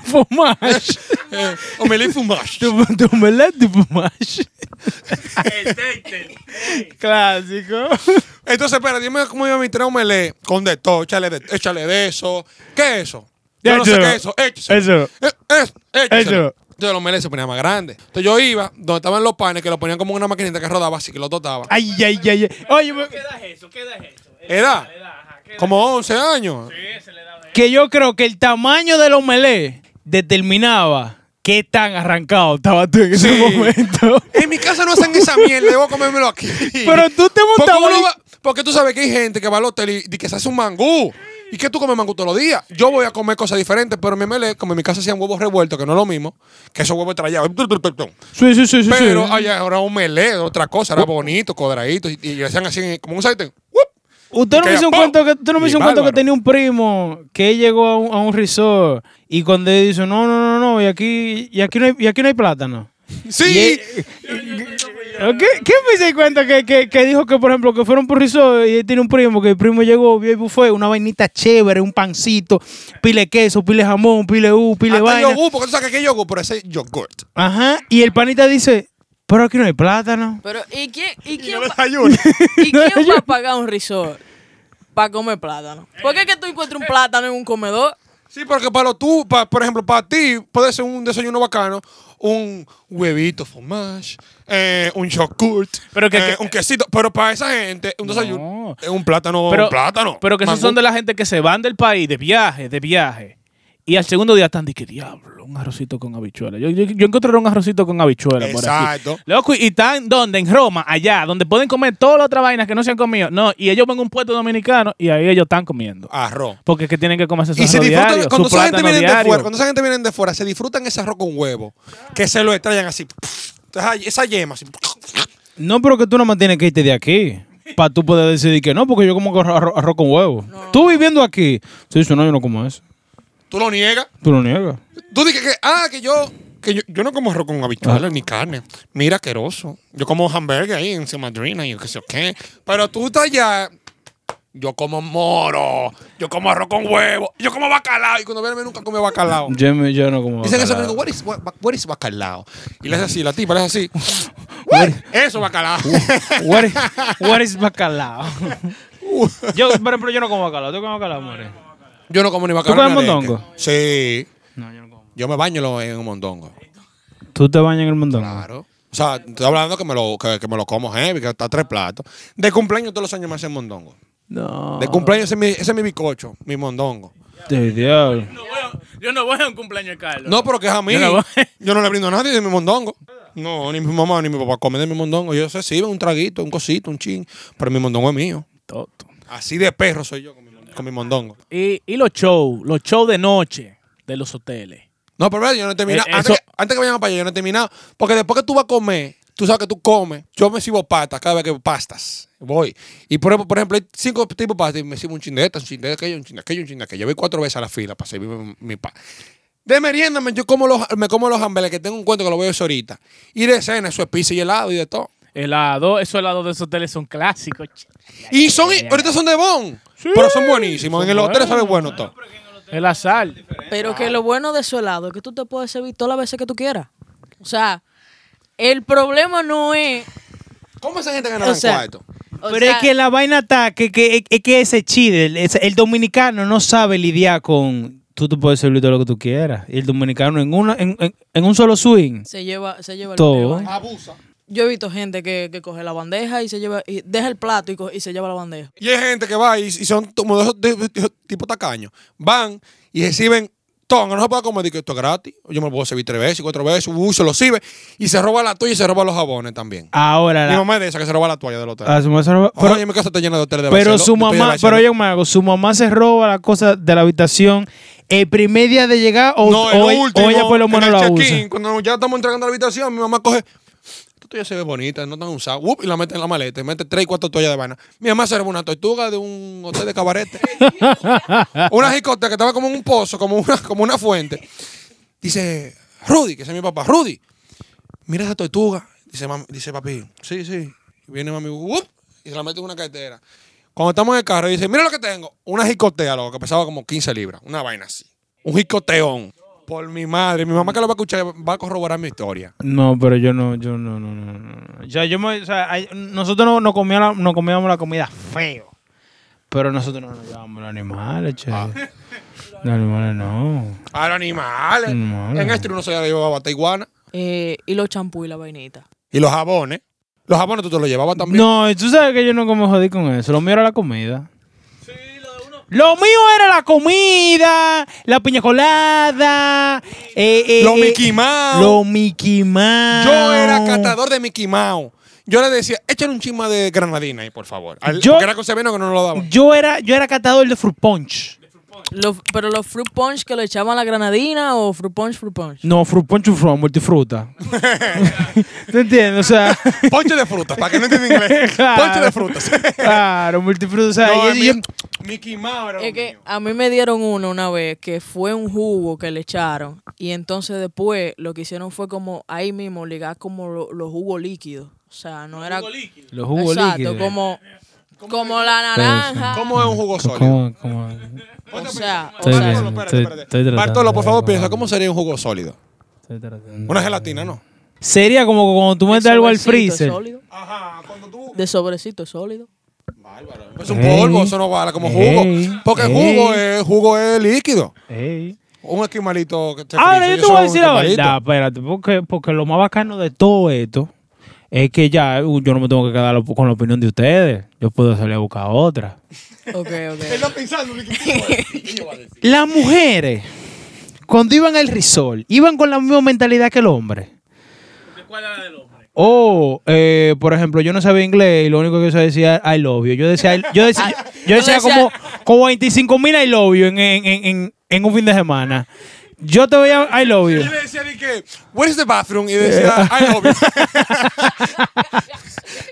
[SPEAKER 4] du fumage.
[SPEAKER 2] Eh, omelés fumage.
[SPEAKER 4] Du, du melee, du fumage. Clásico.
[SPEAKER 2] Entonces, espera, dime cómo iba mi tres omelé con de todo, échale de, échale de eso. ¿Qué es eso? Yo no sé
[SPEAKER 4] Échalo.
[SPEAKER 2] qué es eso, échaselo.
[SPEAKER 4] Eso.
[SPEAKER 2] Eh, es- échaselo.
[SPEAKER 4] Échalo.
[SPEAKER 2] Entonces los meles se ponían más grandes. Entonces yo iba donde estaban los panes que lo ponían como una maquinita que rodaba así que lo totaba.
[SPEAKER 1] Ay, ay, ay, ay. Oye, me-
[SPEAKER 2] Era como 11 años.
[SPEAKER 4] Que yo creo que el tamaño del omelé determinaba qué tan arrancado estaba tú en ese
[SPEAKER 2] Sí.
[SPEAKER 4] momento.
[SPEAKER 2] En mi casa no hacen esa mierda, debo comérmelo aquí.
[SPEAKER 4] Pero tú te
[SPEAKER 2] porque,
[SPEAKER 4] montabas
[SPEAKER 2] uno
[SPEAKER 4] ahí.
[SPEAKER 2] va- porque tú sabes que hay gente que va al hotel y, y que se hace un mangú. ¿Y que tú comes mangú todos los días? Yo voy a comer cosas diferentes, pero mi mele, como en mi casa hacían huevos revueltos, que no es lo mismo, que esos huevos trallados.
[SPEAKER 1] Sí, sí, sí, Uh. sí.
[SPEAKER 2] Pero
[SPEAKER 1] sí.
[SPEAKER 2] allá era un melé, otra cosa, era bonito, cuadradito, y, y le hacían así en- como un sartén. ¡Wup!
[SPEAKER 4] Usted no
[SPEAKER 2] Que
[SPEAKER 4] me hizo un
[SPEAKER 2] ¡pum!
[SPEAKER 4] cuento que, usted no me
[SPEAKER 2] Y
[SPEAKER 4] hizo un cuento que
[SPEAKER 2] bárbaro.
[SPEAKER 4] tenía un primo que él llegó a un, a un resort y cuando él dice, no, no, no, no, y aquí, y aquí, no, hay, y aquí no hay plátano.
[SPEAKER 2] Sí,
[SPEAKER 4] ¿Qué, qué me hice cuenta que, que, que dijo que, por ejemplo, que fueron por resort y él tiene un primo, que el primo llegó, vio el buffet, una vainita chévere, un pancito, pile queso, pile jamón, pile u, pile
[SPEAKER 2] hasta
[SPEAKER 4] vaina.
[SPEAKER 2] yogur, porque tú sabes que es yogur, pero ese es yogurt.
[SPEAKER 4] Ajá, y el panita dice, pero aquí no hay plátano.
[SPEAKER 5] Pero, ¿y quién, y
[SPEAKER 2] Y
[SPEAKER 5] quién,
[SPEAKER 2] no
[SPEAKER 5] va-
[SPEAKER 2] desayuno.
[SPEAKER 5] ¿Y quién va a pagar un resort para comer plátano? ¿Por qué es que tú encuentras un plátano en un comedor?
[SPEAKER 2] Sí, porque para lo tú, pa- por ejemplo, para ti puede ser un desayuno bacano, un huevito fromage, eh, un yogurt,
[SPEAKER 1] Pero que-
[SPEAKER 2] eh,
[SPEAKER 1] que-
[SPEAKER 2] un quesito, pero para esa gente un desayuno es un plátano,
[SPEAKER 1] pero,
[SPEAKER 2] un plátano.
[SPEAKER 1] Pero que esos son de la gente que se van del país de viaje, de viaje. Y al segundo día están de que diablo, un arrocito con habichuela. Yo, yo, yo encontré un arrocito con habichuela por aquí.
[SPEAKER 2] Exacto.
[SPEAKER 1] Loco, y están donde, en Roma, allá, donde pueden comer todas las otras vainas que no se han comido. No, y ellos van a un puerto dominicano y ahí ellos están comiendo.
[SPEAKER 2] arroz.
[SPEAKER 1] Porque es que tienen que comerse su
[SPEAKER 2] Y se
[SPEAKER 1] arroz
[SPEAKER 2] disfrutan
[SPEAKER 1] diario,
[SPEAKER 2] cuando
[SPEAKER 1] su
[SPEAKER 2] esa gente
[SPEAKER 1] plátano
[SPEAKER 2] viene de
[SPEAKER 1] diario.
[SPEAKER 2] fuera, cuando esa gente viene de fuera, se disfrutan ese arroz con huevo, que se lo extrañan así. Esa- Esa yema así.
[SPEAKER 4] No, pero que tú no mantienes que irte de aquí. Para tú poder decidir que no, porque yo como arro- arro- arroz con huevo. Tú viviendo aquí. Se dice, no, yo no como eso.
[SPEAKER 2] Tú lo niegas.
[SPEAKER 4] Tú lo niegas.
[SPEAKER 2] Tú dices que, ah, que yo, que yo, yo no como arroz con habichuelas ni carne. Mira, asqueroso. Yo como hamburger ahí en Semadrina y yo qué sé yo qué. Pero tú estás allá. Yo como moro. Yo como arroz con huevo. Yo como bacalao. Y cuando viene, a ver, nunca come bacalao.
[SPEAKER 4] Yo, me- yo no como
[SPEAKER 2] Dicen eso, me
[SPEAKER 4] bacalao.
[SPEAKER 2] dicen, what is, what, what is bacalao? Y le hace así, la tipa le hace así. "What? Eso, bacalao.
[SPEAKER 4] What is, what is bacalao? yo, por ejemplo, yo no como bacalao. ¿Tú comes bacalao, more?
[SPEAKER 2] yo no como ni bacalao.
[SPEAKER 4] comes
[SPEAKER 2] ni arenque.
[SPEAKER 4] mondongo?
[SPEAKER 2] Sí.
[SPEAKER 4] No, yo no como.
[SPEAKER 2] Yo me baño lo- en un mondongo.
[SPEAKER 4] ¿Tú te bañas en el montón?
[SPEAKER 2] Claro. O sea, estoy hablando que me lo, que, que me lo como heavy, que está tres platos. De cumpleaños todos los años me hacen mondongo.
[SPEAKER 4] No.
[SPEAKER 2] De cumpleaños ese es mi, ese es mi bicocho, mi mondongo.
[SPEAKER 4] De diablo.
[SPEAKER 1] Yo no voy a un cumpleaños de Carlos.
[SPEAKER 2] No, pero que es a mí.
[SPEAKER 1] Yo no voy.
[SPEAKER 2] Yo no le brindo a nadie de mi mondongo. No, ni mi mamá ni mi papá comen de mi mondongo. Yo sé, sí, un traguito, un cosito, un chin. Pero mi mondongo es mío.
[SPEAKER 1] Toto.
[SPEAKER 2] Así de perro soy yo con mi, mon- con mi mondongo.
[SPEAKER 1] Y, y los shows, los shows de noche de los hoteles.
[SPEAKER 2] No, pero espérate, yo no he terminado.
[SPEAKER 1] Eh,
[SPEAKER 2] antes,
[SPEAKER 1] eso-
[SPEAKER 2] que, antes que vayamos para allá, yo no he terminado. Porque después que tú vas a comer, tú sabes que tú comes. Yo me sirvo patas cada vez que pastas. Voy. Y por, ejemplo- por ejemplo, hay cinco tipos de pastas. Y me sirvo un chin de esta, un chin de aquello, un chin de aquello, un chin de aquello. Yo voy cuatro veces a la fila para servirme mi, mi pasta. De merienda me, yo como los, me como los hamburgues, que tengo un cuento que lo voy a hacer ahorita. Y de cena, eso es pizza y helado y de todo.
[SPEAKER 1] Helado, esos helados de esos hoteles son clásicos. ch-
[SPEAKER 2] Y son, ahorita son de bon. pero son buenísimos. en el hotel sabe bueno todo.
[SPEAKER 1] El azar.
[SPEAKER 5] Pero
[SPEAKER 4] Ah.
[SPEAKER 5] que lo bueno de su helado es que tú te puedes servir todas las veces que tú quieras. O sea, el problema no es...
[SPEAKER 2] ¿Cómo esa gente gana
[SPEAKER 5] O
[SPEAKER 2] en
[SPEAKER 5] sea,
[SPEAKER 2] cuarto?
[SPEAKER 5] o
[SPEAKER 4] Pero
[SPEAKER 5] sea,
[SPEAKER 4] es que la vaina está, que, que, es que ese chide, el, ese- el dominicano no sabe lidiar con, tú te puedes servir todo lo que tú quieras. Y el dominicano en, una, en, en- en un solo swing.
[SPEAKER 5] Se lleva, se lleva el
[SPEAKER 4] Todo.
[SPEAKER 5] video ahí.
[SPEAKER 2] Abusa.
[SPEAKER 5] Yo he visto gente que, que coge la bandeja y se lleva, y deja el plato y, co- y se lleva la bandeja.
[SPEAKER 2] Y hay gente que va y, y son como de esos de- de- tipo tacaños. Van y reciben todo. No se puede comer, que esto es gratis. Yo me lo puedo servir tres veces, cuatro veces. Uh, se lo sirve. Y se roba la toalla y se roba los jabones también.
[SPEAKER 4] Ahora,
[SPEAKER 2] Mi
[SPEAKER 4] la,
[SPEAKER 2] mamá es de esa que se roba la toalla del hotel.
[SPEAKER 4] a su mamá Ah, se roba- pero,
[SPEAKER 2] Oye, mi casa está llena de hoteles de
[SPEAKER 4] pero
[SPEAKER 2] Barcelona-
[SPEAKER 4] su
[SPEAKER 2] de toalla de
[SPEAKER 4] mamá, pero
[SPEAKER 2] Barcelona.
[SPEAKER 4] yo me hago, su mamá se roba la cosa de la habitación el primer día de llegar o,
[SPEAKER 2] No, el
[SPEAKER 4] o- o
[SPEAKER 2] último,
[SPEAKER 4] ella por lo
[SPEAKER 2] en
[SPEAKER 4] menos
[SPEAKER 2] el
[SPEAKER 4] la
[SPEAKER 2] check-in,
[SPEAKER 4] usa.
[SPEAKER 2] Cuando ya estamos entregando a la habitación, mi mamá coge. Esta toalla se ve bonita, no tan usada. Up, y la mete en la maleta. Y mete tres y cuatro toallas de vaina. Mi mamá se robó una tortuga de un hotel de cabarete. una jicota que estaba como en un pozo, como una, como una fuente. Dice, Rudy, que ese es mi papá, Rudy, mira esa tortuga. Dice, mam- dice papi, sí, sí. Y viene mami, ¡up! y se la mete en una cartera. Cuando estamos en el carro, dice, mira lo que tengo. Una jicotea, loco, que pesaba como 15 libras. Una vaina así. Un jicoteón. Por mi madre. Mi mamá que lo va a escuchar va a corroborar mi historia.
[SPEAKER 4] No, pero yo no, yo no, no, no, no. O sea, yo me- o sea, hay- nosotros no, no comía la- no comíamos la comida feo. Pero nosotros no nos llevamos los animales, che.
[SPEAKER 2] Ah.
[SPEAKER 4] Los animales no.
[SPEAKER 2] A los animales.
[SPEAKER 4] Animales.
[SPEAKER 2] En este uno se la llevaba hasta iguana.
[SPEAKER 5] Eh, y los champú y la vainita.
[SPEAKER 2] Y los jabones. Los jabones tú te los llevabas también.
[SPEAKER 4] No, y tú sabes que yo nunca me jodí con eso. Lo mío era la comida. Lo mío era la comida, la piña colada, eh, eh,
[SPEAKER 2] Los
[SPEAKER 4] eh,
[SPEAKER 2] Mickey Mouse.
[SPEAKER 4] Lo Mickey Mouse.
[SPEAKER 2] Yo era catador de Mickey Mouse. Yo le decía, échale un chisma de granadina ahí, por favor. Al-
[SPEAKER 4] Yo-
[SPEAKER 2] porque era con seveno que no nos lo daban.
[SPEAKER 4] Yo era, yo era catador de fruit punch.
[SPEAKER 5] Los- pero los fruit punch que le echaban a la granadina o fruit punch, fruit punch.
[SPEAKER 4] No, fruit punch, fruit punch, multifruta. ¿Tú entiendes? O sea,
[SPEAKER 2] Ponche de frutas, para que no entiendan inglés.
[SPEAKER 4] Claro. Ah,
[SPEAKER 2] Ponche de frutas.
[SPEAKER 4] claro, multifruta. O sea,
[SPEAKER 2] No,
[SPEAKER 4] yo-
[SPEAKER 2] mi-
[SPEAKER 4] yo-
[SPEAKER 2] Mickey Mouse era lo
[SPEAKER 5] Es que
[SPEAKER 2] mío.
[SPEAKER 5] a mí me dieron uno una vez que fue un jugo que le echaron y entonces después lo que hicieron fue como ahí mismo ligar como lo- los jugos líquidos. O sea, no era...
[SPEAKER 4] los jugos
[SPEAKER 5] Exacto,
[SPEAKER 4] líquidos.
[SPEAKER 5] como, como la naranja.
[SPEAKER 2] ¿Cómo es un jugo sólido?
[SPEAKER 4] ¿Cómo- cómo?
[SPEAKER 5] ah. O sea, o
[SPEAKER 4] Estoy
[SPEAKER 2] Bartolo,
[SPEAKER 5] sea,
[SPEAKER 4] bien,
[SPEAKER 2] espérate,
[SPEAKER 4] estoy-
[SPEAKER 2] espérate.
[SPEAKER 4] estoy tratando
[SPEAKER 2] Bartolo, por
[SPEAKER 4] de-
[SPEAKER 2] favor, piensa, ¿cómo sería un jugo sólido?
[SPEAKER 4] Estoy tratando.
[SPEAKER 2] Una gelatina, ¿no?
[SPEAKER 4] Sería como cuando tú metes
[SPEAKER 5] de
[SPEAKER 4] algo al
[SPEAKER 5] sobrecito es
[SPEAKER 4] freezer.
[SPEAKER 5] sólido,
[SPEAKER 2] Ajá, cuando tú...
[SPEAKER 5] De sobrecito es sólido.
[SPEAKER 2] Es un polvo, eso no vale como jugo.
[SPEAKER 4] Ey.
[SPEAKER 2] Porque
[SPEAKER 4] Ey.
[SPEAKER 2] jugo es, jugo es líquido.
[SPEAKER 4] Ey. Ah,
[SPEAKER 2] Un esquimalito que te
[SPEAKER 4] Ahora yo
[SPEAKER 2] friza,
[SPEAKER 4] te voy
[SPEAKER 2] soy
[SPEAKER 4] a
[SPEAKER 2] un
[SPEAKER 4] decir la
[SPEAKER 2] esquimalito.
[SPEAKER 4] verdad, espérate, porque, porque lo más bacano de todo esto es que ya uh, yo no me tengo que quedar con la opinión de ustedes. Yo puedo salir a buscar otra.
[SPEAKER 5] Ok,
[SPEAKER 2] Él
[SPEAKER 5] ok.
[SPEAKER 2] está pensando, ¿qué- qué- qué yo voy a decir?
[SPEAKER 4] Las mujeres, cuando iban al risol, iban con la misma mentalidad que el hombre. O, eh, por ejemplo, yo no sabía inglés y lo único que yo sabía decía I love you. Yo decía, yo decía, yo decía como, como 25 mil I love you en, en, en- en- en un fin de semana. Yo te veía I love you.
[SPEAKER 2] Yo le decía de que, where is the bathroom? Y decía, I love you.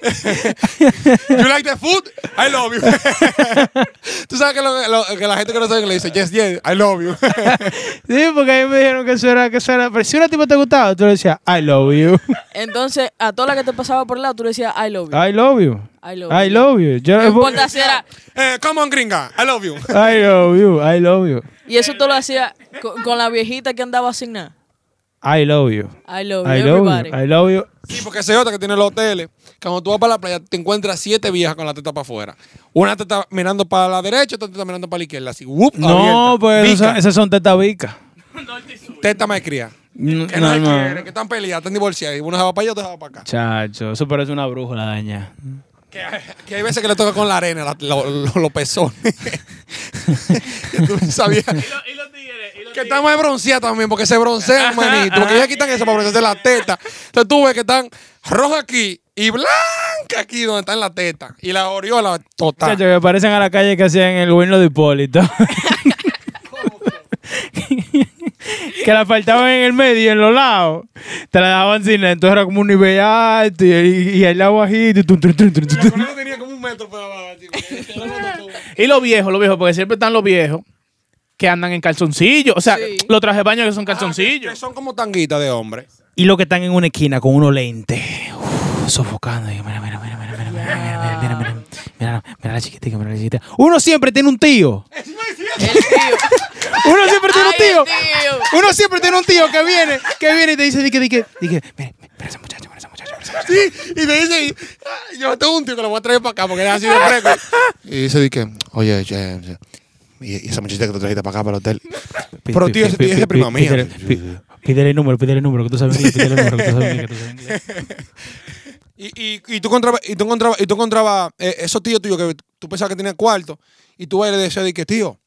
[SPEAKER 2] you like the food? I love you. Tú sabes que, lo- lo- que la gente que no sabe inglés dice, yes, yes, I love you.
[SPEAKER 4] Sí, porque a mí me dijeron que eso era, que eso era. Pero si una tipo te gustaba, tú le decías I love you.
[SPEAKER 5] Entonces, a toda la que te pasaba por el lado, tú le decías, I love you.
[SPEAKER 4] I love you.
[SPEAKER 5] I love
[SPEAKER 4] I
[SPEAKER 5] you.
[SPEAKER 4] love you. Yo-
[SPEAKER 5] No importa si era-
[SPEAKER 2] Eh, come on, gringa, I love you.
[SPEAKER 4] I love you. I love you.
[SPEAKER 5] Y eso tú lo hacías con, con la viejita que andaba sin nada.
[SPEAKER 4] I love you.
[SPEAKER 5] I love you,
[SPEAKER 4] I love
[SPEAKER 5] everybody.
[SPEAKER 4] you. I love you.
[SPEAKER 2] Sí, porque esa es otra que tiene los hoteles. Cuando tú vas para la playa, te encuentras siete viejas con la teta para afuera. Una teta mirando para la derecha, otra teta mirando para la izquierda. Así, whoop,
[SPEAKER 4] No,
[SPEAKER 2] abierta.
[SPEAKER 4] pues esas
[SPEAKER 2] Pica.
[SPEAKER 4] son- esas son tetabicas.
[SPEAKER 2] Teta maestría.
[SPEAKER 4] No,
[SPEAKER 2] Que no, se
[SPEAKER 4] no.
[SPEAKER 2] quieren, que están peleadas, están divorciadas. Y uno se va para allá, otro se va para acá.
[SPEAKER 4] Chacho, eso parece una brújula daña.
[SPEAKER 2] Que, que hay veces que le toca con la arena la- lo- lo- los pezones. Que tú no sabías. Que están más bronceadas también, porque se broncean, manito. Porque ya quitan eso para broncearse la teta. Entonces tú ves que están rojas aquí y blanca aquí donde están las tetas. Y la oriola total.
[SPEAKER 4] Chacho, que parecen a la calle que hacían el gobierno de Hipólito. que la faltaban en el medio y en los lados. Te la daban sin nada. Entonces era como un nivel alto y, y, y el lado bajito. Y, tun, tun, tun, tun, tun, tun.
[SPEAKER 2] Con eso tenía como un metro para abajo. así, porque era una tortuga.
[SPEAKER 1] Y los viejos, los viejos, porque siempre están los viejos que andan en calzoncillos. O sea,
[SPEAKER 5] Sí.
[SPEAKER 1] los trajes de baño que son
[SPEAKER 2] Que
[SPEAKER 1] calzoncillos.
[SPEAKER 2] son como tanguitas de hombre.
[SPEAKER 4] Y los que están en una esquina con unos lentes. Uf, sofocando. Y mira, mira, mira, mira, mira, mira, mira, mira, mira, mira, mira, mira la chiquitica, mira la chiquitica. Uno siempre tiene un tío.
[SPEAKER 5] El tío.
[SPEAKER 4] Uno siempre tiene un
[SPEAKER 5] Ay,
[SPEAKER 4] tío.
[SPEAKER 5] el tío.
[SPEAKER 4] Uno siempre tiene un tío que viene, que viene y te dice, di que, di que, di que, mira, mira ese muchacho, mira ese muchacho, mira ese muchacho.
[SPEAKER 2] Sí, y me dice, "Ah, yo tengo un tío que lo voy a traer para acá porque era así de fresco. Y dice, di que, oye, James, y y esa muchachita que tú trajiste para acá, para el hotel. Pero tío, ese tío es prima mía.
[SPEAKER 4] Pídele- pí- Pídele el número, pídele el número, que tú sabes inglés, pídele el número, que tú sabes inglés, que tú sabes inglés.
[SPEAKER 2] Y, y, y tú encontrabas, y tú encontrabas, y tú encontrabas eh, esos tíos tuyos que tú pensabas que tenían cuarto, y tú vas y le decías, di que, tío,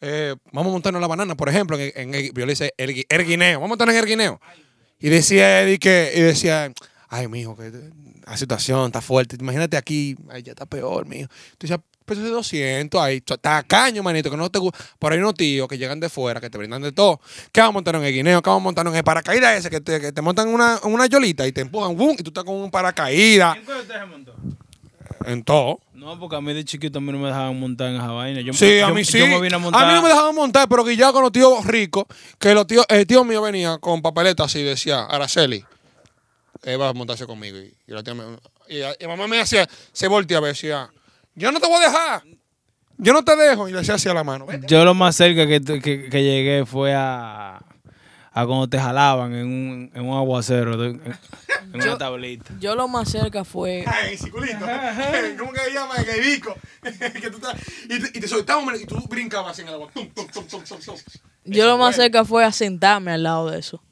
[SPEAKER 2] eh, vamos a montarnos la banana, por ejemplo, en, en- en- yo le hice el, gui- el guineo, vamos a montarnos en el guineo. Y decía, di que, y decía, ay, mijo, que la situación está fuerte, imagínate aquí, ay, ya está peor, mijo. Tú decías, "Pues pesos de 200, ahí, cho- está caño, manito, que no te gusta. Por ahí unos tíos que llegan de fuera, que te brindan de todo. Que vamos a montar en el guineo, que vamos a montar en el paracaídas ese, que te, que te montan una, una yolita y te empujan, ¡bum! y tú estás con un paracaídas. En todo.
[SPEAKER 4] No, porque a mí de chiquito a mí no me dejaban montar en esa vaina. Yo,
[SPEAKER 2] Sí, a
[SPEAKER 4] yo-
[SPEAKER 2] mí sí.
[SPEAKER 4] Yo me vine a montar.
[SPEAKER 2] mí no me dejaban montar, pero guillado con los tíos ricos, que los tíos, el tío mío venía con papeletas y decía, Araceli, él va a montarse conmigo. Y, y la tía me- y la- y mamá me hacía, se volteaba y decía, yo no te voy a dejar, yo no te dejo. Y le hacía así a la mano. "Vete".
[SPEAKER 4] Yo lo más cerca que, tu- que- que llegué fue a, a cuando te jalaban en un, en un aguacero. de- en una tablita.
[SPEAKER 5] Yo lo más cerca fue.
[SPEAKER 2] Ay, eh, circulito. ¿Cómo que se llama? El gaibico. que tú estás- y, te, y te soltaba un- y tú brincabas en el agua. Tum, tum, tum, tum, tum, tum.
[SPEAKER 5] Yo lo más cerca fue a sentarme al lado de eso.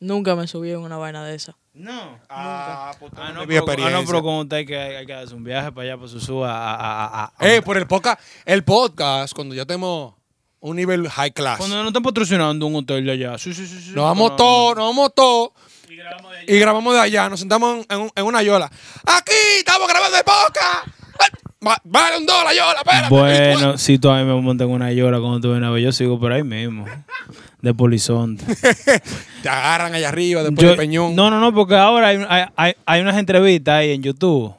[SPEAKER 5] Nunca me subí en una vaina de esa.
[SPEAKER 4] No.
[SPEAKER 2] Ah, pues,
[SPEAKER 4] Ah, no,
[SPEAKER 2] no vi
[SPEAKER 4] pero, ah, no,
[SPEAKER 2] experiencia.
[SPEAKER 4] pero con usted hay que, hay que darse un viaje para allá, para Susúa, a, a, a- a- a-
[SPEAKER 2] Eh, por el podcast, el podcast, cuando ya tenemos un nivel high class.
[SPEAKER 4] Cuando no están patrocinando un hotel de allá. Sí, sí, sí. sí
[SPEAKER 2] Nos vamos todos, nos vamos todos. Y grabamos de allá, nos sentamos en, un- en una yola. ¡Aquí! ¡Estamos grabando el podcast! Ah, va- Vale un dólar, yola, espérate.
[SPEAKER 4] Bueno, si tú a mí me montas en una llora cuando tú vienes a ver, yo sigo por ahí mismo. De polizonte.
[SPEAKER 2] Te agarran allá arriba, después
[SPEAKER 4] Yo-
[SPEAKER 2] del peñón.
[SPEAKER 4] No, no, no, porque ahora hay, hay- hay- hay unas entrevistas ahí en YouTube.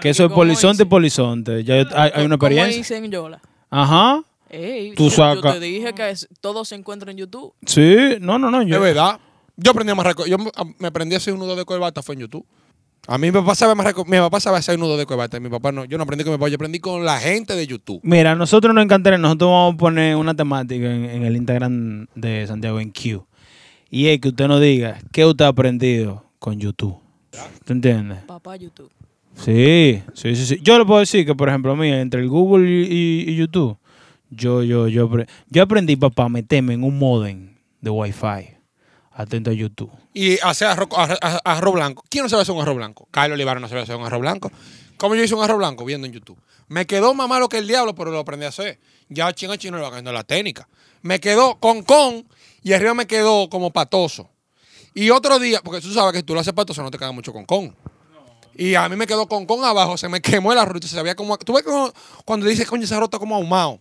[SPEAKER 4] Que eso
[SPEAKER 5] ¿Y
[SPEAKER 4] es
[SPEAKER 5] cómo
[SPEAKER 4] polizonte,
[SPEAKER 5] hice?
[SPEAKER 4] polizonte. Ya yo- hay, hay una
[SPEAKER 5] ¿Cómo
[SPEAKER 4] experiencia.
[SPEAKER 5] dicen Yola?
[SPEAKER 4] Ajá.
[SPEAKER 5] Ey,
[SPEAKER 4] Tú
[SPEAKER 5] yo- yo,
[SPEAKER 4] saca.
[SPEAKER 5] te dije que es- todo se encuentra en YouTube.
[SPEAKER 4] Sí, no, no, no.
[SPEAKER 2] Es
[SPEAKER 4] Yo,
[SPEAKER 2] verdad. Yo aprendí a más Yo me- a- me aprendí a hacer un nudo de corbata fue en YouTube. A mí mi papá sabe más Mi papá sabe hacer nudo de corbata. Mi papá no. Yo no aprendí con mi papá. Yo aprendí con la gente de YouTube.
[SPEAKER 4] Mira, nosotros nos encantaría, nosotros vamos a poner una temática en, en el Instagram de Santiago en Q. Y es que usted nos diga qué usted ha aprendido con YouTube. ¿Te entiendes?
[SPEAKER 5] Papá YouTube.
[SPEAKER 4] Sí, sí, sí, sí. Yo le puedo decir que, por ejemplo, mira, entre el Google y, y- y YouTube, yo, yo, yo, apre- yo aprendí, papá, a meterme en un modem de Wi-Fi. Atento a YouTube.
[SPEAKER 2] Y hacer arroz, arroz- arroz blanco. ¿Quién no sabe hacer un arroz blanco? Carlos Olivaro no sabe hacer un arroz blanco. ¿Cómo yo hice un arroz blanco? Viendo en YouTube. Me quedó más malo que el diablo, pero lo aprendí a hacer. Ya chino chino lo ganando la técnica. Me quedó con con y arriba me quedó como patoso. Y otro día, porque tú sabes que si tú lo haces patoso no te caga mucho con con. Y a mí me quedó con con abajo, se me quemó el arroz. Se sabía como. Tú ves como cuando dices, coño, ese arroz está como ahumado.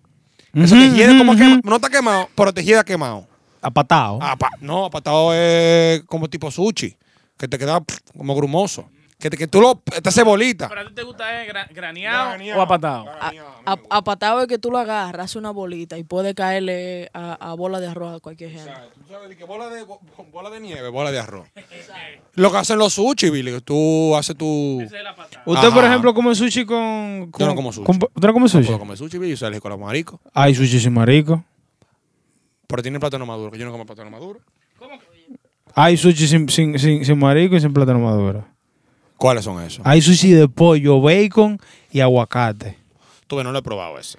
[SPEAKER 2] Eso te hiede como quema- No está quemado, pero te hiede quemado.
[SPEAKER 4] Apatado.
[SPEAKER 1] Ah,
[SPEAKER 2] Apa- Ah, no, apatado es como tipo sushi, que te queda pf, como grumoso. Que, te- que tú lo. Esta cebolita.
[SPEAKER 1] ¿Pero a ti te gusta eh, graneado, o apatado?
[SPEAKER 5] A, a, a patado es que tú lo agarras, hace una bolita y puede caerle a, a bola de arroz a cualquier gente.
[SPEAKER 2] Tú sabes de que bola de, bo- bola de nieve, bola de arroz. Lo que hacen los sushi, Billy, que tú haces tu.
[SPEAKER 4] ¿Usted, por
[SPEAKER 2] Ajá.
[SPEAKER 4] ejemplo, come sushi con. con-
[SPEAKER 2] no como sushi.
[SPEAKER 4] con- ¿Usted no come sushi?
[SPEAKER 2] Puedo comer sushi, Billy, yo soy alérgico a los maricos.
[SPEAKER 4] Ay, sushi sin marico.
[SPEAKER 2] Pero tiene plátano maduro, que yo no como plátano maduro.
[SPEAKER 4] Hay sushi sin, sin, sin, sin marico y sin plátano maduro.
[SPEAKER 2] ¿Cuáles son esos?
[SPEAKER 4] Hay sushi de pollo, bacon y aguacate.
[SPEAKER 2] Tú ves, no lo he probado ese.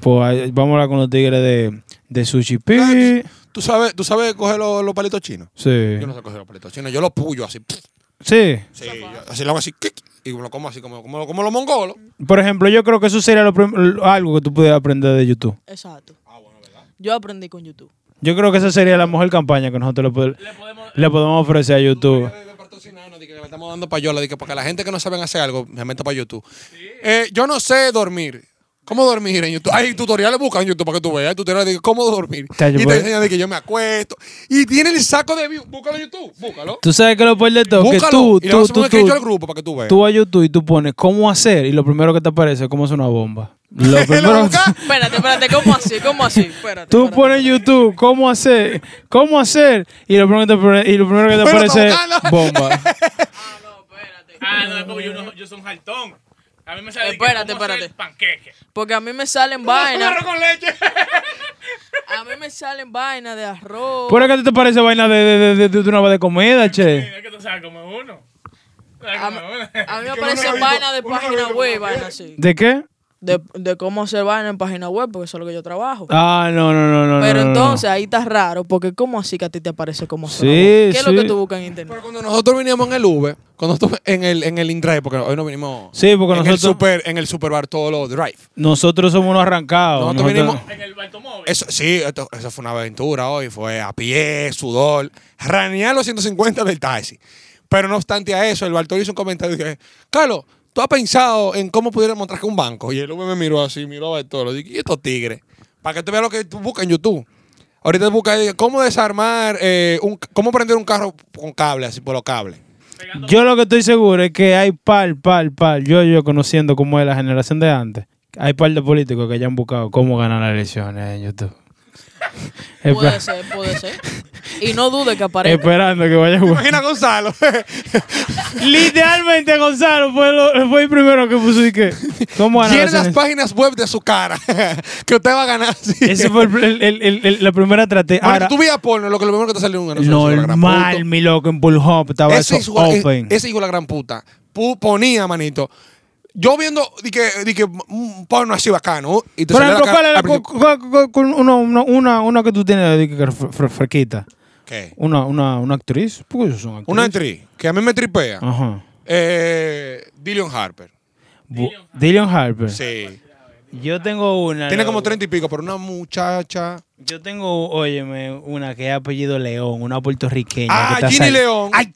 [SPEAKER 4] Pues ay, vamos a hablar con los tigres de, de sushi pi.
[SPEAKER 2] ¿Tú sabes, tú sabes coger los, los palitos chinos?
[SPEAKER 4] Sí.
[SPEAKER 2] Yo no sé coger los palitos chinos, yo los puyo así. pf,
[SPEAKER 4] Sí.
[SPEAKER 2] Sí, yo- así lo hago así, kick, y lo como así, como, como, como los mongolos.
[SPEAKER 4] Por ejemplo, yo creo que eso sería lo prim- lo- algo que tú pudieras aprender de YouTube.
[SPEAKER 5] Exacto. Yo aprendí con YouTube.
[SPEAKER 4] Yo creo que esa sería la mejor campaña que nosotros le, pod- le podemos ofrecer a YouTube.
[SPEAKER 2] de- de patrocinarnos, de que le estamos dando payola, de que para que la gente que no saben hacer algo, me meta para YouTube. Eh, yo no sé dormir. ¿Cómo dormir en YouTube? Hay tutoriales buscan en YouTube para que tú veas. Hay tutoriales de cómo dormir.
[SPEAKER 4] Chayo,
[SPEAKER 2] y te
[SPEAKER 4] pues.
[SPEAKER 2] enseñan de que yo me acuesto. Y tiene el saco de view. Búscalo en YouTube. Búscalo.
[SPEAKER 4] Tú sabes que lo peor de todo, que
[SPEAKER 2] Búscalo.
[SPEAKER 4] tú,
[SPEAKER 2] y le vas
[SPEAKER 4] tú,
[SPEAKER 2] a poner
[SPEAKER 4] tú,
[SPEAKER 2] un screenshot al
[SPEAKER 4] tú,
[SPEAKER 2] grupo para que tú veas.
[SPEAKER 4] tú a YouTube y tú pones cómo hacer y lo primero que te aparece es cómo hacer una bomba. Lo
[SPEAKER 2] Lo
[SPEAKER 4] primero
[SPEAKER 2] buscas.
[SPEAKER 5] Espérate, espérate, ¿cómo así? ¿Cómo así? Espérate.
[SPEAKER 4] Tú
[SPEAKER 5] espérate.
[SPEAKER 4] pones YouTube, cómo hacer, cómo hacer, y lo primero que te, apare- y lo primero que te
[SPEAKER 2] Bueno,
[SPEAKER 4] aparece es
[SPEAKER 2] está buscando.
[SPEAKER 4] bomba.
[SPEAKER 1] Ah, no, es porque yo, no, yo soy un jaltón. A mí me sale de que
[SPEAKER 5] Espérate,
[SPEAKER 1] cómo hacer
[SPEAKER 5] espérate.
[SPEAKER 1] panqueque.
[SPEAKER 5] Porque a mí me salen vainas. A mí me salen vainas de arroz.
[SPEAKER 4] ¿Por qué te parece vaina de, de, de, de, de una va de comida, che?
[SPEAKER 1] Es que tú sabes como uno.
[SPEAKER 5] A,
[SPEAKER 1] Sabes
[SPEAKER 5] mí-
[SPEAKER 1] como uno.
[SPEAKER 5] a mí me aparecen vainas de página web, vainas así.
[SPEAKER 4] ¿De qué?
[SPEAKER 5] De, de cómo hacer vainas en página web, porque eso es lo que yo trabajo.
[SPEAKER 4] Ah, no, no, no, no.
[SPEAKER 5] Pero
[SPEAKER 4] no, no, no.
[SPEAKER 5] entonces ahí está raro, porque ¿cómo así que a ti te aparece como
[SPEAKER 4] Sí,
[SPEAKER 5] sola voz? ¿Qué es
[SPEAKER 4] sí.
[SPEAKER 5] lo que tú buscas en internet?
[SPEAKER 2] Pero cuando nosotros veníamos en el Uber, cuando nosotros en el, en el InDrive, porque hoy no vinimos.
[SPEAKER 4] Sí, porque
[SPEAKER 2] en El
[SPEAKER 4] nosotros-
[SPEAKER 2] super, en el Super Bartolo Drive.
[SPEAKER 4] Nosotros somos unos arrancados.
[SPEAKER 2] Nosotros vinimos.
[SPEAKER 1] En el automóvil.
[SPEAKER 2] Eso, sí, esto- eso fue una aventura hoy. Fue a pie, sudor, ranear los 150 del taxi. Pero no obstante a eso, el Bartolo hizo un comentario y dije, Carlos, ¿tú has pensado en cómo pudiera montarse un banco? Y el hombre me miró así, miró a Bartolo. Dije, ¿y estos tigres? Para que tú veas lo que tú buscas en YouTube. Ahorita buscas eh, cómo desarmar, eh, un, cómo prender un carro con cable, así por los cables.
[SPEAKER 4] Yo lo que estoy seguro es que hay par, par, par. Yo, yo conociendo cómo es la generación de antes. Hay par de políticos que ya han buscado cómo ganar las elecciones en YouTube.
[SPEAKER 5] Puede
[SPEAKER 4] Espe-
[SPEAKER 5] ser, ¿eh? puede ser. Y no dude que aparezca.
[SPEAKER 4] Esperando que vaya a jugar.
[SPEAKER 2] Imagina a Gonzalo.
[SPEAKER 4] Literalmente Gonzalo fue, lo- fue el primero que puso y que. ¿Cómo van a
[SPEAKER 2] Llena las
[SPEAKER 4] hacer
[SPEAKER 2] páginas web de su cara. que usted va a ganar. sí.
[SPEAKER 4] eso? Ese fue el- el- el- el- la primera
[SPEAKER 2] Bueno,
[SPEAKER 4] estrategia.
[SPEAKER 2] tú veías porno, lo que lo primero que te salió un anuncio de la gran puta.
[SPEAKER 4] Normal, mi loco, en Bull Hop estaba
[SPEAKER 2] Ese
[SPEAKER 4] eso
[SPEAKER 2] hijo, e-
[SPEAKER 4] open.
[SPEAKER 2] ese hijo de la gran puta pu- ponía, manito. Yo viendo di que, di que un porno así bacano. Y te
[SPEAKER 4] Por
[SPEAKER 2] salía
[SPEAKER 4] ejemplo,
[SPEAKER 2] la
[SPEAKER 4] ¿cuál
[SPEAKER 2] cara-
[SPEAKER 4] es la,
[SPEAKER 2] al
[SPEAKER 4] cu-
[SPEAKER 2] principio.
[SPEAKER 4] cu- cu- cu- uno- uno- una, una que tú tienes de que fre- fre- fresquita?
[SPEAKER 2] ¿Qué?
[SPEAKER 4] Una, una, una actriz. ¿Por qué ellos son actrices?
[SPEAKER 2] Una actriz que a mí me tripea.
[SPEAKER 4] Ajá.
[SPEAKER 2] Eh, Dillion Harper.
[SPEAKER 4] Bu- Dylan Harper.
[SPEAKER 2] Sí.
[SPEAKER 4] Yo tengo una.
[SPEAKER 2] Tiene
[SPEAKER 4] loco.
[SPEAKER 2] como 30 y pico, pero una muchacha.
[SPEAKER 4] Yo tengo, óyeme, una que es apellido León, una puertorriqueña. que
[SPEAKER 2] Ah,
[SPEAKER 4] está
[SPEAKER 2] Ginny
[SPEAKER 4] sal-
[SPEAKER 2] León. Ginny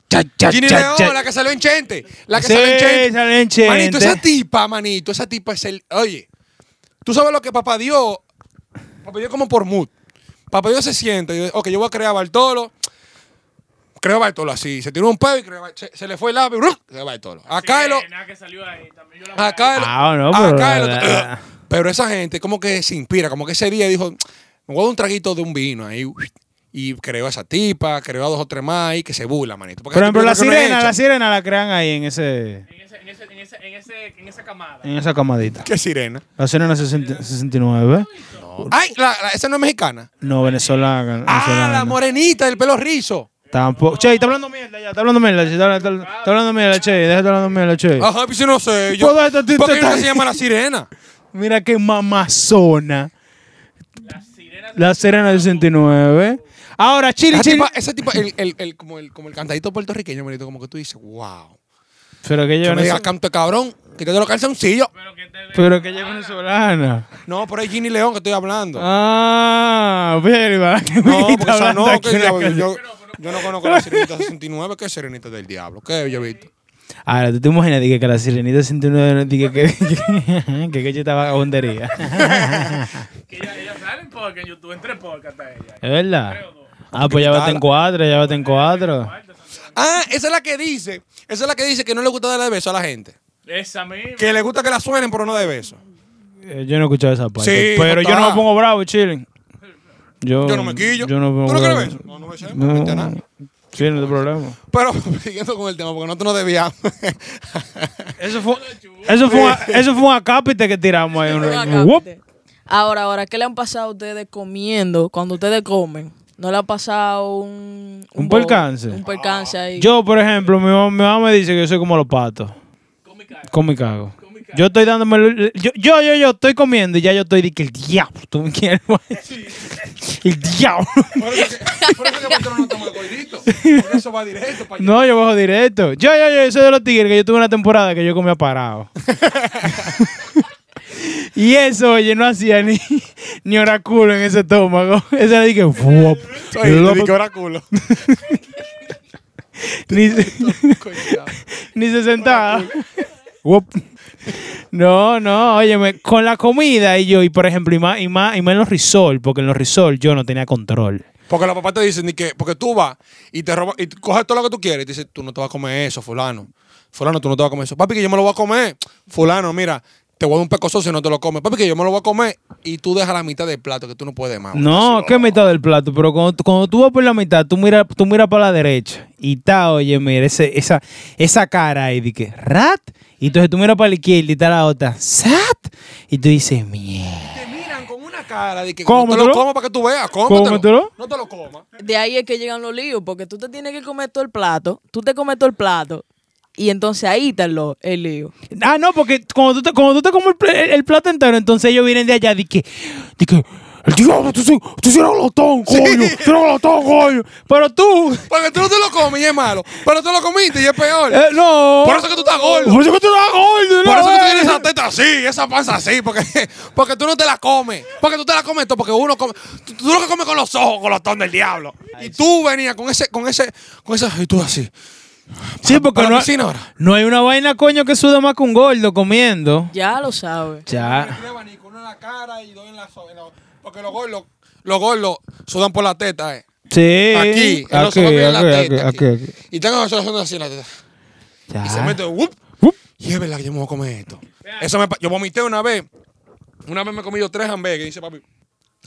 [SPEAKER 4] cha,
[SPEAKER 2] León,
[SPEAKER 4] cha.
[SPEAKER 2] la que salió en Chente. La que
[SPEAKER 4] Sí,
[SPEAKER 2] salió en Chente.
[SPEAKER 4] sale en Chente.
[SPEAKER 2] Manito, esa tipa, manito, esa tipa es el. Oye, tú sabes lo que papá dio. Papá dio como por mood. Papá Dios se siente. y dice, ok, yo voy a crear a Bartolo. Creo a Bartolo así. Se tiró un pedo y creó a Bar- se, se le fue el lápiz. ¡bruf! Creó a Bartolo. A Kylo. A Kylo.
[SPEAKER 4] Ah, no,
[SPEAKER 2] a
[SPEAKER 4] pero-
[SPEAKER 2] Kylo- Pero esa gente como que se inspira. Como que ese día dijo, me voy a dar un traguito de un vino ahí. Y creó a esa tipa, creó a dos o tres más ahí que se burla, manito. Porque
[SPEAKER 4] Por
[SPEAKER 2] esa
[SPEAKER 4] ejemplo,
[SPEAKER 2] tipa
[SPEAKER 4] la
[SPEAKER 2] es que no es
[SPEAKER 4] sirena,
[SPEAKER 2] hecha.
[SPEAKER 4] la sirena la crean ahí en ese, en esa camadita.
[SPEAKER 2] ¿Qué sirena?
[SPEAKER 4] La sirena 60 69.
[SPEAKER 2] Ay, la- la- esa no es mexicana.
[SPEAKER 4] No, venezolana.
[SPEAKER 2] Ah,
[SPEAKER 4] venezolana.
[SPEAKER 2] la morenita del pelo rizo.
[SPEAKER 4] Tampoco. Che, está hablando mierda ya, está hablando mierda, che, está, está- está hablando mierda, che, déjate hablando mierda, che.
[SPEAKER 2] Ajá, pues yo no sé. Yo,
[SPEAKER 4] Todo esto,
[SPEAKER 2] ¿Por
[SPEAKER 4] tú- tú
[SPEAKER 2] qué no
[SPEAKER 4] estás-
[SPEAKER 2] se llama la sirena?
[SPEAKER 4] Mira qué mamazona. La Serena 69. Ahora, Chili,
[SPEAKER 2] Esa
[SPEAKER 4] Chili.
[SPEAKER 2] tipa, esa tipa el, el, el- como, el, como el cantadito puertorriqueño, manito, como que tú dices, wow.
[SPEAKER 4] Pero que
[SPEAKER 2] Que
[SPEAKER 4] ella
[SPEAKER 2] me diga,
[SPEAKER 4] es
[SPEAKER 2] canto de cabrón, quítate los calzoncillos.
[SPEAKER 4] pero que ella es venezolana.
[SPEAKER 2] No, pero es Ginny León que estoy hablando.
[SPEAKER 4] Ah, verga.
[SPEAKER 2] no, porque eso no, que yo, yo, yo no conozco la sirenita 69, que es sirenita del diablo, que yo he visto.
[SPEAKER 4] Ahora, ¿tú te imaginas dije, que la sirenita 69 dije, que que que ella estaba vagabundería?
[SPEAKER 1] Ellas salen porque en YouTube entre podcast a ella.
[SPEAKER 4] ¿Es verdad? Ah, pues ya va en cuatro, ya va en cuatro.
[SPEAKER 2] Ah, esa es la que dice, esa es la que dice que no le gusta darle beso a la gente.
[SPEAKER 1] Esa misma.
[SPEAKER 2] Que le gusta que la suenen, pero no de beso.
[SPEAKER 4] Eh, Yo no he escuchado esa parte.
[SPEAKER 2] Sí,
[SPEAKER 4] pero yo no
[SPEAKER 2] está.
[SPEAKER 4] me pongo bravo, chilling. Yo,
[SPEAKER 2] Yo no me quillo.
[SPEAKER 4] Yo no me pongo
[SPEAKER 2] ¿Tú no
[SPEAKER 4] bravo.
[SPEAKER 2] crees beso? No, no me echas, no me echas nada.
[SPEAKER 4] Sí, no te problema.
[SPEAKER 2] Pero siguiendo con el tema, porque nosotros nos desviamos.
[SPEAKER 4] Eso fue, eso fue, un, eso fue un acápite que tiramos ahí. un-
[SPEAKER 5] Acá,
[SPEAKER 4] ¡Wup!
[SPEAKER 5] viste. Ahora, ahora, ¿qué le han pasado a ustedes comiendo cuando ustedes comen? ¿No le ha pasado un...
[SPEAKER 4] Un
[SPEAKER 5] bo-
[SPEAKER 4] percance.
[SPEAKER 5] Un percance ahí.
[SPEAKER 4] Yo, por ejemplo, mi mamá, mi mamá me dice que yo soy como los patos. Come y cago. Yo estoy dándome. el- Yo, yo, yo, yo estoy comiendo y ya yo estoy de que el diablo. ¿Tú me quieres? man? El diablo.
[SPEAKER 2] Por eso que, por eso que nosotros no estamos coidito. Por eso va directo para
[SPEAKER 4] No, yo bajo directo. Yo, yo, yo, yo soy de los tigres que yo tuve una temporada que yo comía parado. y eso, oye, no hacía ni, ni oráculo en ese estómago. Esa era de que. "Fuop".
[SPEAKER 2] oráculo.
[SPEAKER 4] ni, se- ni se sentaba. Wop. No, no, óyeme, con la comida y yo, y por ejemplo, y más, y más, y más en los risol, porque en los risol yo no tenía control.
[SPEAKER 2] Porque los papás te dicen ni que, porque tú vas y te robas, y tú coges todo lo que tú quieres y te dicen, tú no te vas a comer eso, fulano. Fulano, tú no te vas a comer eso. Papi, que yo me lo voy a comer. Fulano, mira, te voy a dar un pecoso si no te lo comes. Papi, que yo me lo voy a comer y tú dejas la mitad del plato que tú no puedes más.
[SPEAKER 4] No, que mitad del plato, pero cuando, tú- cuando tú vas por la mitad, tú miras tú mira para la derecha y está, oye, mira, ese, esa, esa cara ahí de que, rat, y entonces tú miras para la izquierda y está la otra, sat, y tú dices, mierda.
[SPEAKER 2] Te miran con una cara de que
[SPEAKER 4] Cómetelo.
[SPEAKER 2] no te lo comas para que tú veas, cómetelo.
[SPEAKER 4] Cómetelo.
[SPEAKER 2] No te lo comas.
[SPEAKER 5] De ahí es que llegan los líos, porque tú te tienes que comer todo el plato, tú te comes todo el plato, y entonces ahí está el, lo- el lío.
[SPEAKER 4] Ah, no, porque cuando tú te, cuando tú te comes el, pl- el- el plato entero, entonces ellos vienen de allá de que, de que, el diablo, tú, sí- tú sí eres glotón, coño, tú eres glotón, coño. Pero tú,
[SPEAKER 2] Porque tú no te lo comes y es malo. Pero tú lo comiste y es peor.
[SPEAKER 4] eh, no.
[SPEAKER 2] Por eso que tú estás gordo.
[SPEAKER 4] Por eso que tú estás gordo,
[SPEAKER 2] Por
[SPEAKER 4] no,
[SPEAKER 2] eso que tú
[SPEAKER 4] eh.
[SPEAKER 2] tienes esa teta así, esa panza así, porque, porque tú no te la comes. Porque tú te la comes todo, porque uno come. Tú, tú lo que comes con los ojos, con los ton del diablo. Y tú venías con ese, con ese, con esa actitud así.
[SPEAKER 4] Sí, porque
[SPEAKER 2] Para la
[SPEAKER 4] no,
[SPEAKER 2] piscina ahora.
[SPEAKER 4] no hay una vaina, coño, que suda más que un gordo comiendo.
[SPEAKER 5] Ya lo sabes.
[SPEAKER 4] Ya.
[SPEAKER 2] Uno en la cara y dos en la. Porque los gordos, los gordos sudan por la teta, eh.
[SPEAKER 4] Sí.
[SPEAKER 2] Aquí, en los
[SPEAKER 4] Aquí,
[SPEAKER 2] ojos, en la
[SPEAKER 4] aquí,
[SPEAKER 2] teta.
[SPEAKER 4] aquí,
[SPEAKER 2] aquí.
[SPEAKER 4] aquí, aquí.
[SPEAKER 2] Y tengo los ojos haciendo así en la teta.
[SPEAKER 4] Ya.
[SPEAKER 2] Y se mete, ¡wup!
[SPEAKER 4] Uf.
[SPEAKER 2] Y es verdad que yo me voy a comer esto. Eso me, pa- yo vomité una vez. Una vez me comí yo tres hamburguesas. Y dice papi,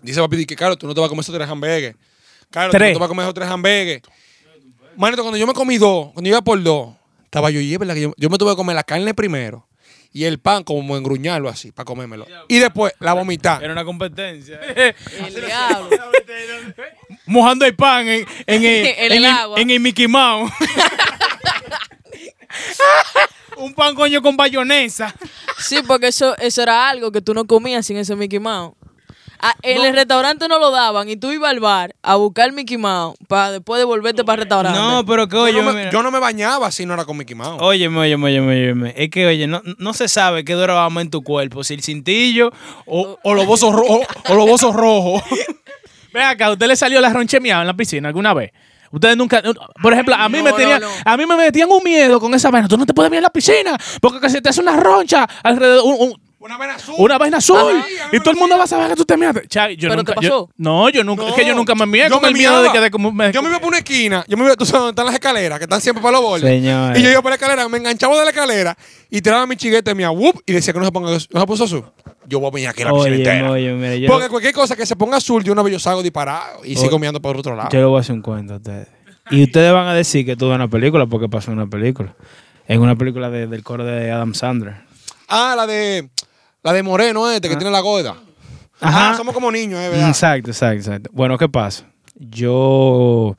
[SPEAKER 2] Dice papi, di que Carlos, tú no te vas a comer esos tres hamburgues. Carlos, tú
[SPEAKER 1] Tres.
[SPEAKER 2] no te vas a comer esos tres hamburgues. Manito, cuando yo me comí dos, cuando yo iba por dos, estaba yo, y es verdad que yo, yo me tuve que comer la carne primero y el pan como engruñarlo así para comérmelo. Y después la vomitar.
[SPEAKER 4] Era una competencia.
[SPEAKER 5] El diablo.
[SPEAKER 4] Mojando el pan en, en el,
[SPEAKER 5] En el
[SPEAKER 4] en el-
[SPEAKER 5] agua.
[SPEAKER 4] en el Mickey Mouse. Un pan coño con bayonesa.
[SPEAKER 5] Sí, porque eso, eso era algo que tú no comías sin ese Mickey Mouse. Ah, en el restaurante no lo daban y tú ibas al bar a buscar Mickey Mouse para después devolverte para el restaurante.
[SPEAKER 4] No, pero que oye,
[SPEAKER 2] yo, no
[SPEAKER 4] mira.
[SPEAKER 2] me, yo no me bañaba si no era con Mickey
[SPEAKER 1] Oh.
[SPEAKER 2] Mouse.
[SPEAKER 4] Óyeme, óyeme, óyeme, óyeme. Es que, oye, no, no se sabe qué duraba más en tu cuerpo, si el cintillo o, o los bozos rojos. O los bozos rojos.
[SPEAKER 1] Ven acá, ¿a usted le salió la ronchemia en la piscina alguna vez? Ustedes nunca, por ejemplo, a mí
[SPEAKER 5] No,
[SPEAKER 1] me
[SPEAKER 5] no,
[SPEAKER 1] tenían,
[SPEAKER 5] no.
[SPEAKER 1] a mí me metían un miedo con esa vaina. Tú no te puedes ver en la piscina porque que se te hace una roncha alrededor, un- un-
[SPEAKER 2] Una vena azul.
[SPEAKER 1] una vaina azul
[SPEAKER 2] Ajá.
[SPEAKER 1] y todo el mundo va a saber que tú te miaste. Chay, yo
[SPEAKER 5] ¿Pero te
[SPEAKER 1] nunca, yo-
[SPEAKER 5] pasó?
[SPEAKER 1] no, yo nunca, es que yo nunca me mié
[SPEAKER 2] yo
[SPEAKER 1] con
[SPEAKER 2] me
[SPEAKER 1] el miedo de
[SPEAKER 2] miaba.
[SPEAKER 1] que de como me-
[SPEAKER 2] Yo me iba por una esquina, yo me iba, tú sabes dónde están las escaleras, que están siempre para los bordes.
[SPEAKER 4] Señores.
[SPEAKER 2] Y yo iba por la escalera, me enganchaba de la escalera y tiraba mi chiguete, mi whoop, y decía que no se ponga, no se puso azul. Yo voy a mirar aquí en la piscina
[SPEAKER 4] Oye,
[SPEAKER 2] entera.
[SPEAKER 4] oye, mira, yo,
[SPEAKER 2] Porque cualquier cosa que se ponga azul, yo una vez yo salgo disparado y sigo mirando por otro lado.
[SPEAKER 4] yo le voy a hacer un cuento a ustedes. Y ustedes van a decir que tuve una película porque pasó en una película. En una película de- del coro de Adam Sandler.
[SPEAKER 2] Ah, la de la de Moreno este, que tiene la gorda.
[SPEAKER 4] Ah. Ajá.
[SPEAKER 2] Ah, somos como niños, es verdad.
[SPEAKER 4] Exacto, exacto, exacto. Bueno, ¿qué pasa? Yo.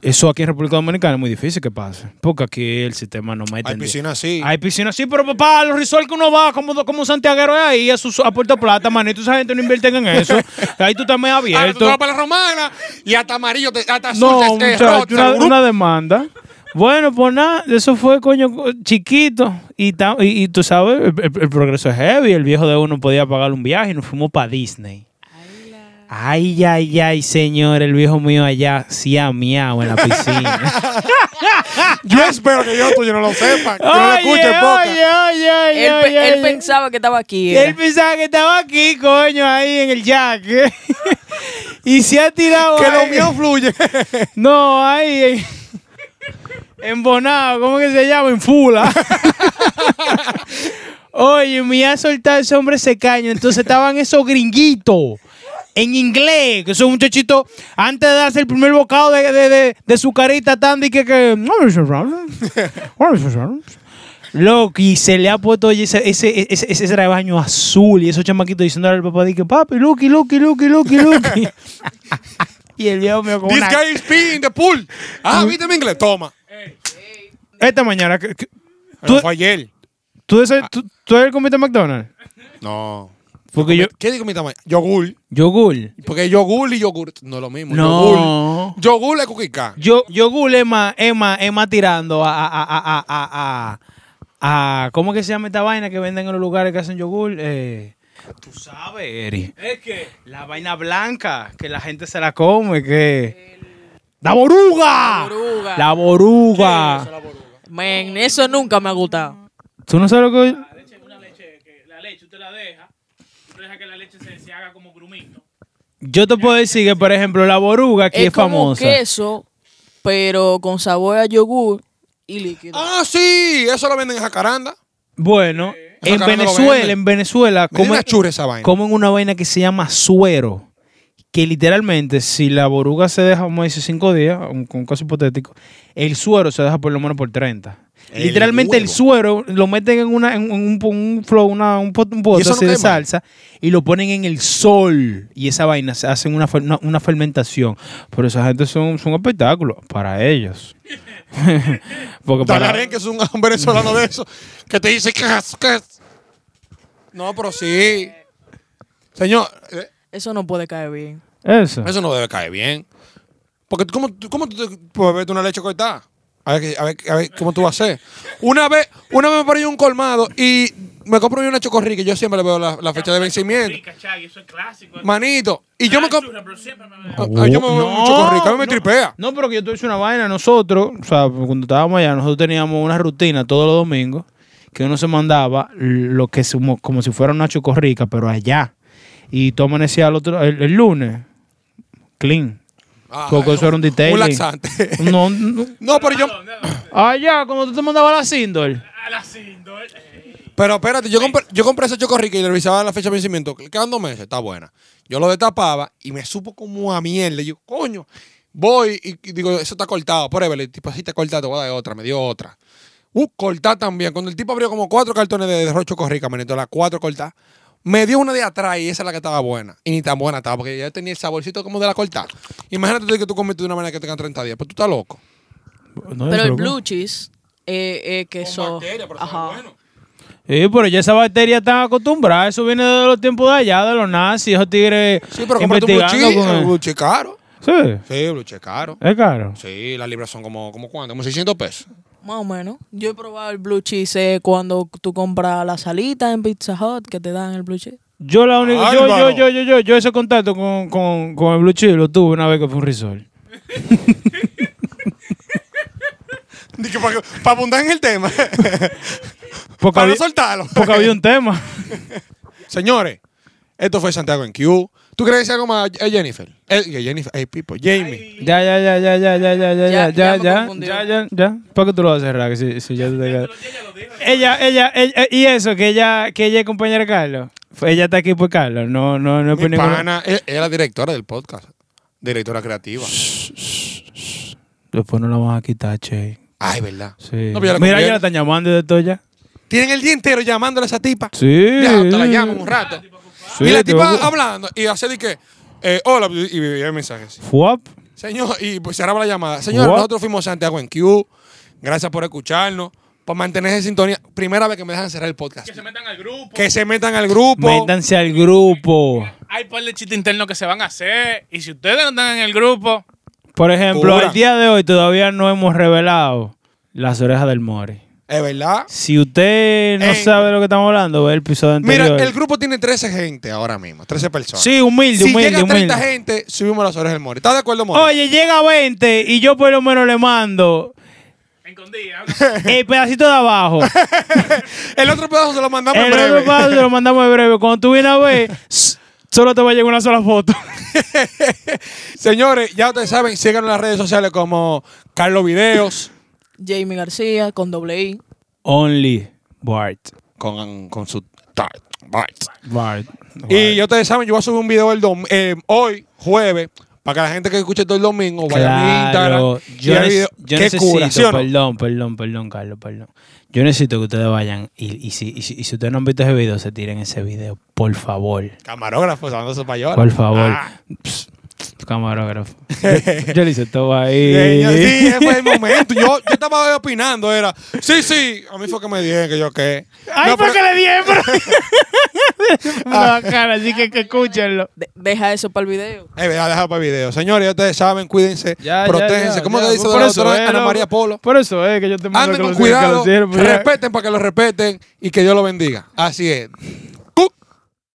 [SPEAKER 4] Eso aquí en República Dominicana es muy difícil que pase. Porque aquí el sistema no mete.
[SPEAKER 2] Hay
[SPEAKER 4] en-
[SPEAKER 2] piscina así.
[SPEAKER 4] Hay piscina, sí, pero papá, los resorts que uno va como, como un santiaguero es ahí a, sus- a Puerto Plata, manito, esa gente no invierte en eso. Ahí tú estás medio
[SPEAKER 2] Ah, tú te vas
[SPEAKER 4] abierto.
[SPEAKER 2] para la romana y hasta amarillo, te- hasta azul.
[SPEAKER 4] No,
[SPEAKER 2] te- te
[SPEAKER 4] muchacho,
[SPEAKER 2] rotas,
[SPEAKER 4] una,
[SPEAKER 2] grupo.
[SPEAKER 4] una demanda. Bueno, pues nada, eso fue, coño, chiquito. Y, ta- y, y tú sabes, el, el- el progreso es heavy. El viejo de uno podía pagar un viaje y nos fuimos para Disney. Ay, ay, ay, señor, el viejo mío allá sí ha miau en la piscina.
[SPEAKER 2] Yo espero que yo tuyo no lo sepa, que no lo
[SPEAKER 4] Oye,
[SPEAKER 2] escuche en boca.
[SPEAKER 4] oye, oye, oye,
[SPEAKER 5] él, pe-
[SPEAKER 4] oye,
[SPEAKER 5] él
[SPEAKER 4] oye.
[SPEAKER 5] pensaba que estaba aquí.
[SPEAKER 4] Él pensaba que estaba aquí, coño, ahí en el jack. y se ha tirado.
[SPEAKER 2] Que lo
[SPEAKER 4] ahí.
[SPEAKER 2] mío fluye.
[SPEAKER 4] No, ahí. En, en Bonao, ¿cómo que se llama? En Fula. Oye, me ha soltado ese hombre ese caño. Entonces estaban esos gringuitos. En inglés, que esos muchachitos, antes de darse el primer bocado de, de, de- de su carita, tan de que. que Loco, y se le ha puesto oye, ese, ese, ese, ese, ese rebaño azul y esos chamaquitos diciéndole al papá, di que papi, Lucky, Lucky, Lucky, Lucky, Lucky. y el viejo mío con
[SPEAKER 2] This
[SPEAKER 4] una-
[SPEAKER 2] guy is peeing in the pool. Ah, viste mi inglés. Toma.
[SPEAKER 4] Esta mañana, que- que-
[SPEAKER 2] No
[SPEAKER 4] ¿tú,
[SPEAKER 2] fue ayer.
[SPEAKER 4] tú, ese- tú, tú eres el comité McDonald's?
[SPEAKER 2] No.
[SPEAKER 4] Porque yo...
[SPEAKER 2] ¿Qué digo mi tamaño? Yogur.
[SPEAKER 4] Yogur.
[SPEAKER 2] Porque yogur y yogurt no es lo mismo.
[SPEAKER 4] No.
[SPEAKER 2] Yogur. Yogur es cuquica.
[SPEAKER 4] Yo, yogur es más, es más- es más tirando a, a, a, a, a, a- a- ¿Cómo que se llama esta vaina que venden en los lugares que hacen yogur? Eh, tú sabes, Eri.
[SPEAKER 1] Es que-
[SPEAKER 4] La vaina blanca, que la gente se la come, que... ¡La boruga!
[SPEAKER 5] boruga.
[SPEAKER 4] La boruga.
[SPEAKER 5] Men, eso nunca me ha gustado.
[SPEAKER 4] ¿Tú no sabes lo que...
[SPEAKER 1] La leche, una leche, que la leche usted la deja, usted deja que la leche se, se haga como grumito.
[SPEAKER 4] Yo te puedo decir que, por ejemplo, la boruga, que es,
[SPEAKER 5] como
[SPEAKER 4] famosa.
[SPEAKER 5] queso, pero con sabor a yogur y líquido.
[SPEAKER 2] Ah, sí. Eso lo venden en jacaranda.
[SPEAKER 4] Bueno,
[SPEAKER 2] Esa
[SPEAKER 4] en
[SPEAKER 2] carne no lo
[SPEAKER 4] Venezuela,
[SPEAKER 2] venden.
[SPEAKER 4] en Venezuela
[SPEAKER 2] Me dio
[SPEAKER 4] comen,
[SPEAKER 2] una chura esa vaina.
[SPEAKER 4] comen una vaina que se llama suero, que literalmente si la boruga se deja, como dice, cinco días, un, un caso hipotético, el suero se deja por lo menos por 30.
[SPEAKER 2] El
[SPEAKER 4] literalmente el
[SPEAKER 2] huevo.
[SPEAKER 4] suero lo meten en, una, en un, un flow, una, un pot, un pote
[SPEAKER 2] eso no
[SPEAKER 4] así de
[SPEAKER 2] quema?
[SPEAKER 4] salsa y lo ponen en el sol y esa vaina se hacen una, fer- una, una fermentación. Pero esa gente son, son un espectáculo para ellos. Porque para,
[SPEAKER 2] Tagarén, que es un venezolano de eso, que te dice que que- No, pero sí. Señor, eh,
[SPEAKER 5] Eso no puede caer bien.
[SPEAKER 4] eso.
[SPEAKER 2] eso no debe caer bien. Porque tú, ¿cómo, tú- cómo tú te puedes beberte una leche cortada? A ver, que- a ver, a ver cómo tú vas a hacer. Una vez, una vez me paré yo en un colmado y me compro yo una chocorrica. Yo siempre le veo la, la fecha de vencimiento.
[SPEAKER 1] Rica, Chay, eso es clásico.
[SPEAKER 2] Manito. Y yo me compro.
[SPEAKER 1] Pero siempre me
[SPEAKER 2] Ah, Yo me bebo un chocorrica, a mí me
[SPEAKER 4] no.
[SPEAKER 2] tripea.
[SPEAKER 4] No, pero que yo te hice una vaina. Nosotros, o sea, cuando estábamos allá, nosotros teníamos una rutina todos los domingos que uno se mandaba lo que es como, como si fuera una chocorrica, pero allá. Y tú amanecías el, otro, el, el lunes, clean.
[SPEAKER 2] Ah,
[SPEAKER 4] Porque eso era un detailing.
[SPEAKER 2] Un laxante.
[SPEAKER 4] No, no.
[SPEAKER 2] No, pero yo.
[SPEAKER 4] Allá, cuando tú te mandabas la Sindor.
[SPEAKER 1] a la Sindor.
[SPEAKER 2] Pero espérate, yo compré, yo compré ese chocorrique y le revisaba la fecha de vencimiento. Quedan dos meses, está buena. Yo lo destapaba y me supo como a mierda. Y yo, coño, voy y, y digo, eso está cortado, pruébele. El tipo, así está cortado, te voy a dar otra. Me dio otra. Uh, cortada también. Cuando el tipo abrió como cuatro cartones de, de rocho corrica, manito, las cuatro cortadas. Me dio una de atrás y esa es la que estaba buena. Y ni tan buena estaba, porque ya tenía el saborcito como de la cortada. Imagínate tú que tú comiste de una manera que tenga 30 días, pues tú estás loco.
[SPEAKER 4] No,
[SPEAKER 5] Pero el
[SPEAKER 4] eso lo-
[SPEAKER 5] blue cheese, eh, eh, que eso. Ajá.
[SPEAKER 4] Sí, pero ya esa bacteria está acostumbrada. Eso viene de los tiempos de allá, de los nazis, esos tigres
[SPEAKER 2] Sí, pero comprate un blue
[SPEAKER 4] investigando.
[SPEAKER 2] cheese,
[SPEAKER 4] con-
[SPEAKER 2] un blue cheese caro.
[SPEAKER 4] Sí,
[SPEAKER 2] Sí, blue cheese caro.
[SPEAKER 4] es caro.
[SPEAKER 2] Sí, las libras son como, como cuánto, como 600 pesos.
[SPEAKER 5] Más o menos. Yo he probado el blue cheese eh, cuando tú compras las salitas en Pizza Hut que te dan el blue cheese.
[SPEAKER 4] Yo la única, yo, yo,
[SPEAKER 2] Álvaro.
[SPEAKER 4] yo, yo, yo, yo ese contacto con, con, con el Blue Cheese lo tuve una vez que fue un resort.
[SPEAKER 2] Para abundar en el tema.
[SPEAKER 4] Porque,
[SPEAKER 2] para
[SPEAKER 4] había,
[SPEAKER 2] no soltarlo.
[SPEAKER 4] porque había un tema.
[SPEAKER 2] Señores, esto fue Santiago en Q. ¿Tú crees decir algo más, eh, Jennifer? Eh, que Jennifer, hey, Pipo, Jamie.
[SPEAKER 4] Ya, ya, ya, ya, ya, ya, ya, ya, ya, ya,
[SPEAKER 5] Ya- ya me
[SPEAKER 4] ya,
[SPEAKER 5] confundió.
[SPEAKER 4] ya, ya, ya. ¿Para qué tú lo vas a cerrar? Que Si, si ya te ella, ella, ella, eh, y eso, que ella, que ella es compañera de Carlos. Fue- Ella está aquí por Carlos, no, no, no es por
[SPEAKER 2] Mi
[SPEAKER 4] Pues ninguna-
[SPEAKER 2] pana, es la directora del podcast. Directora creativa.
[SPEAKER 4] Después no la vamos a quitar, che.
[SPEAKER 2] Ay, ¿verdad?
[SPEAKER 4] Sí.
[SPEAKER 2] No, pero ya la
[SPEAKER 4] Mira,
[SPEAKER 2] cambié.
[SPEAKER 4] ya la están llamando y de todo ya.
[SPEAKER 2] Tienen el día entero llamándole a esa tipa.
[SPEAKER 4] Sí.
[SPEAKER 2] Ya, hasta la llaman un rato.
[SPEAKER 4] Sí,
[SPEAKER 2] y la
[SPEAKER 4] te
[SPEAKER 2] tipa
[SPEAKER 4] va-
[SPEAKER 2] hablando y hace de que, eh, hola, y y veía mensajes.
[SPEAKER 4] Fuap.
[SPEAKER 2] Señor, y pues cerraba la llamada. Señor,
[SPEAKER 4] What?
[SPEAKER 2] nosotros fuimos a Santiago en Q. Gracias por escucharnos, por mantenerse en sintonía. Primera vez que me dejan cerrar el podcast. Que se metan al grupo. Que se metan al grupo.
[SPEAKER 4] Métanse al grupo.
[SPEAKER 1] Hay par de chistes internos que se van a hacer. Y si ustedes no están en el grupo,
[SPEAKER 4] Por ejemplo,
[SPEAKER 2] Cura.
[SPEAKER 4] al día de hoy todavía no hemos revelado las orejas del More.
[SPEAKER 2] Es verdad.
[SPEAKER 4] Si usted no
[SPEAKER 2] Eh.
[SPEAKER 4] sabe de lo que estamos hablando, ve el episodio
[SPEAKER 2] Mira,
[SPEAKER 4] anterior.
[SPEAKER 2] el grupo tiene 13 gente ahora mismo, 13 personas.
[SPEAKER 4] Sí, humilde,
[SPEAKER 2] si
[SPEAKER 4] humilde,
[SPEAKER 2] llega a 30
[SPEAKER 4] humilde.
[SPEAKER 2] gente, subimos las orejas del Mori. ¿Estás de acuerdo, Mori?
[SPEAKER 4] Oye, llega a 20 y yo por lo menos le mando el pedacito de abajo.
[SPEAKER 2] El otro pedazo se lo mandamos en
[SPEAKER 4] el
[SPEAKER 2] breve.
[SPEAKER 4] otro paso lo mandamos en breve. Cuando tú vienes a ver, s- solo te va a llegar una sola foto.
[SPEAKER 2] Señores, ya ustedes saben, síganos en las redes sociales como Carlos Videos,
[SPEAKER 5] Jamie García con doble I.
[SPEAKER 4] Only Bart.
[SPEAKER 2] con, con su... tar- bart.
[SPEAKER 4] Bart.
[SPEAKER 2] Y ya ustedes saben, yo voy a subir un video el dom- eh, hoy, jueves, para que la gente que escuche todo el domingo vaya a mi
[SPEAKER 4] Claro,
[SPEAKER 2] Instagram.
[SPEAKER 4] yo,
[SPEAKER 2] y el
[SPEAKER 4] nec-
[SPEAKER 2] video.
[SPEAKER 4] yo
[SPEAKER 2] Qué
[SPEAKER 4] necesito,
[SPEAKER 2] cura, ¿sí o no?
[SPEAKER 4] perdón, perdón, perdón, Carlos, perdón. Yo necesito que ustedes vayan y, y si, y si- y si ustedes no han visto ese video, se tiren ese video, por favor.
[SPEAKER 2] Camarógrafos, hablando su payola.
[SPEAKER 4] Por favor.
[SPEAKER 2] Ah.
[SPEAKER 4] Psst, camarógrafo. Yo, yo le hice todo ahí.
[SPEAKER 2] Señor, Sí, ese fue el momento. Yo, yo estaba opinando, era, sí, sí, a mí fue que me dieron que yo qué.
[SPEAKER 4] Ay,
[SPEAKER 2] No,
[SPEAKER 4] porque
[SPEAKER 2] pero- Ah.
[SPEAKER 4] le di pero. no, cara, así que, que escúchenlo.
[SPEAKER 5] De- deja eso para el video.
[SPEAKER 2] Es verdad, déjalo eh, para el video. Señores, ya ustedes saben, cuídense, protéjense. ¿Cómo que dice la doctora Ana María Polo?
[SPEAKER 4] Por eso es que yo te mando que
[SPEAKER 2] Anden con
[SPEAKER 4] lo pues. cierren, que
[SPEAKER 2] cuidado,
[SPEAKER 4] lo cierren, pues ya.
[SPEAKER 2] respeten para que lo respeten y que Dios lo bendiga. Así es.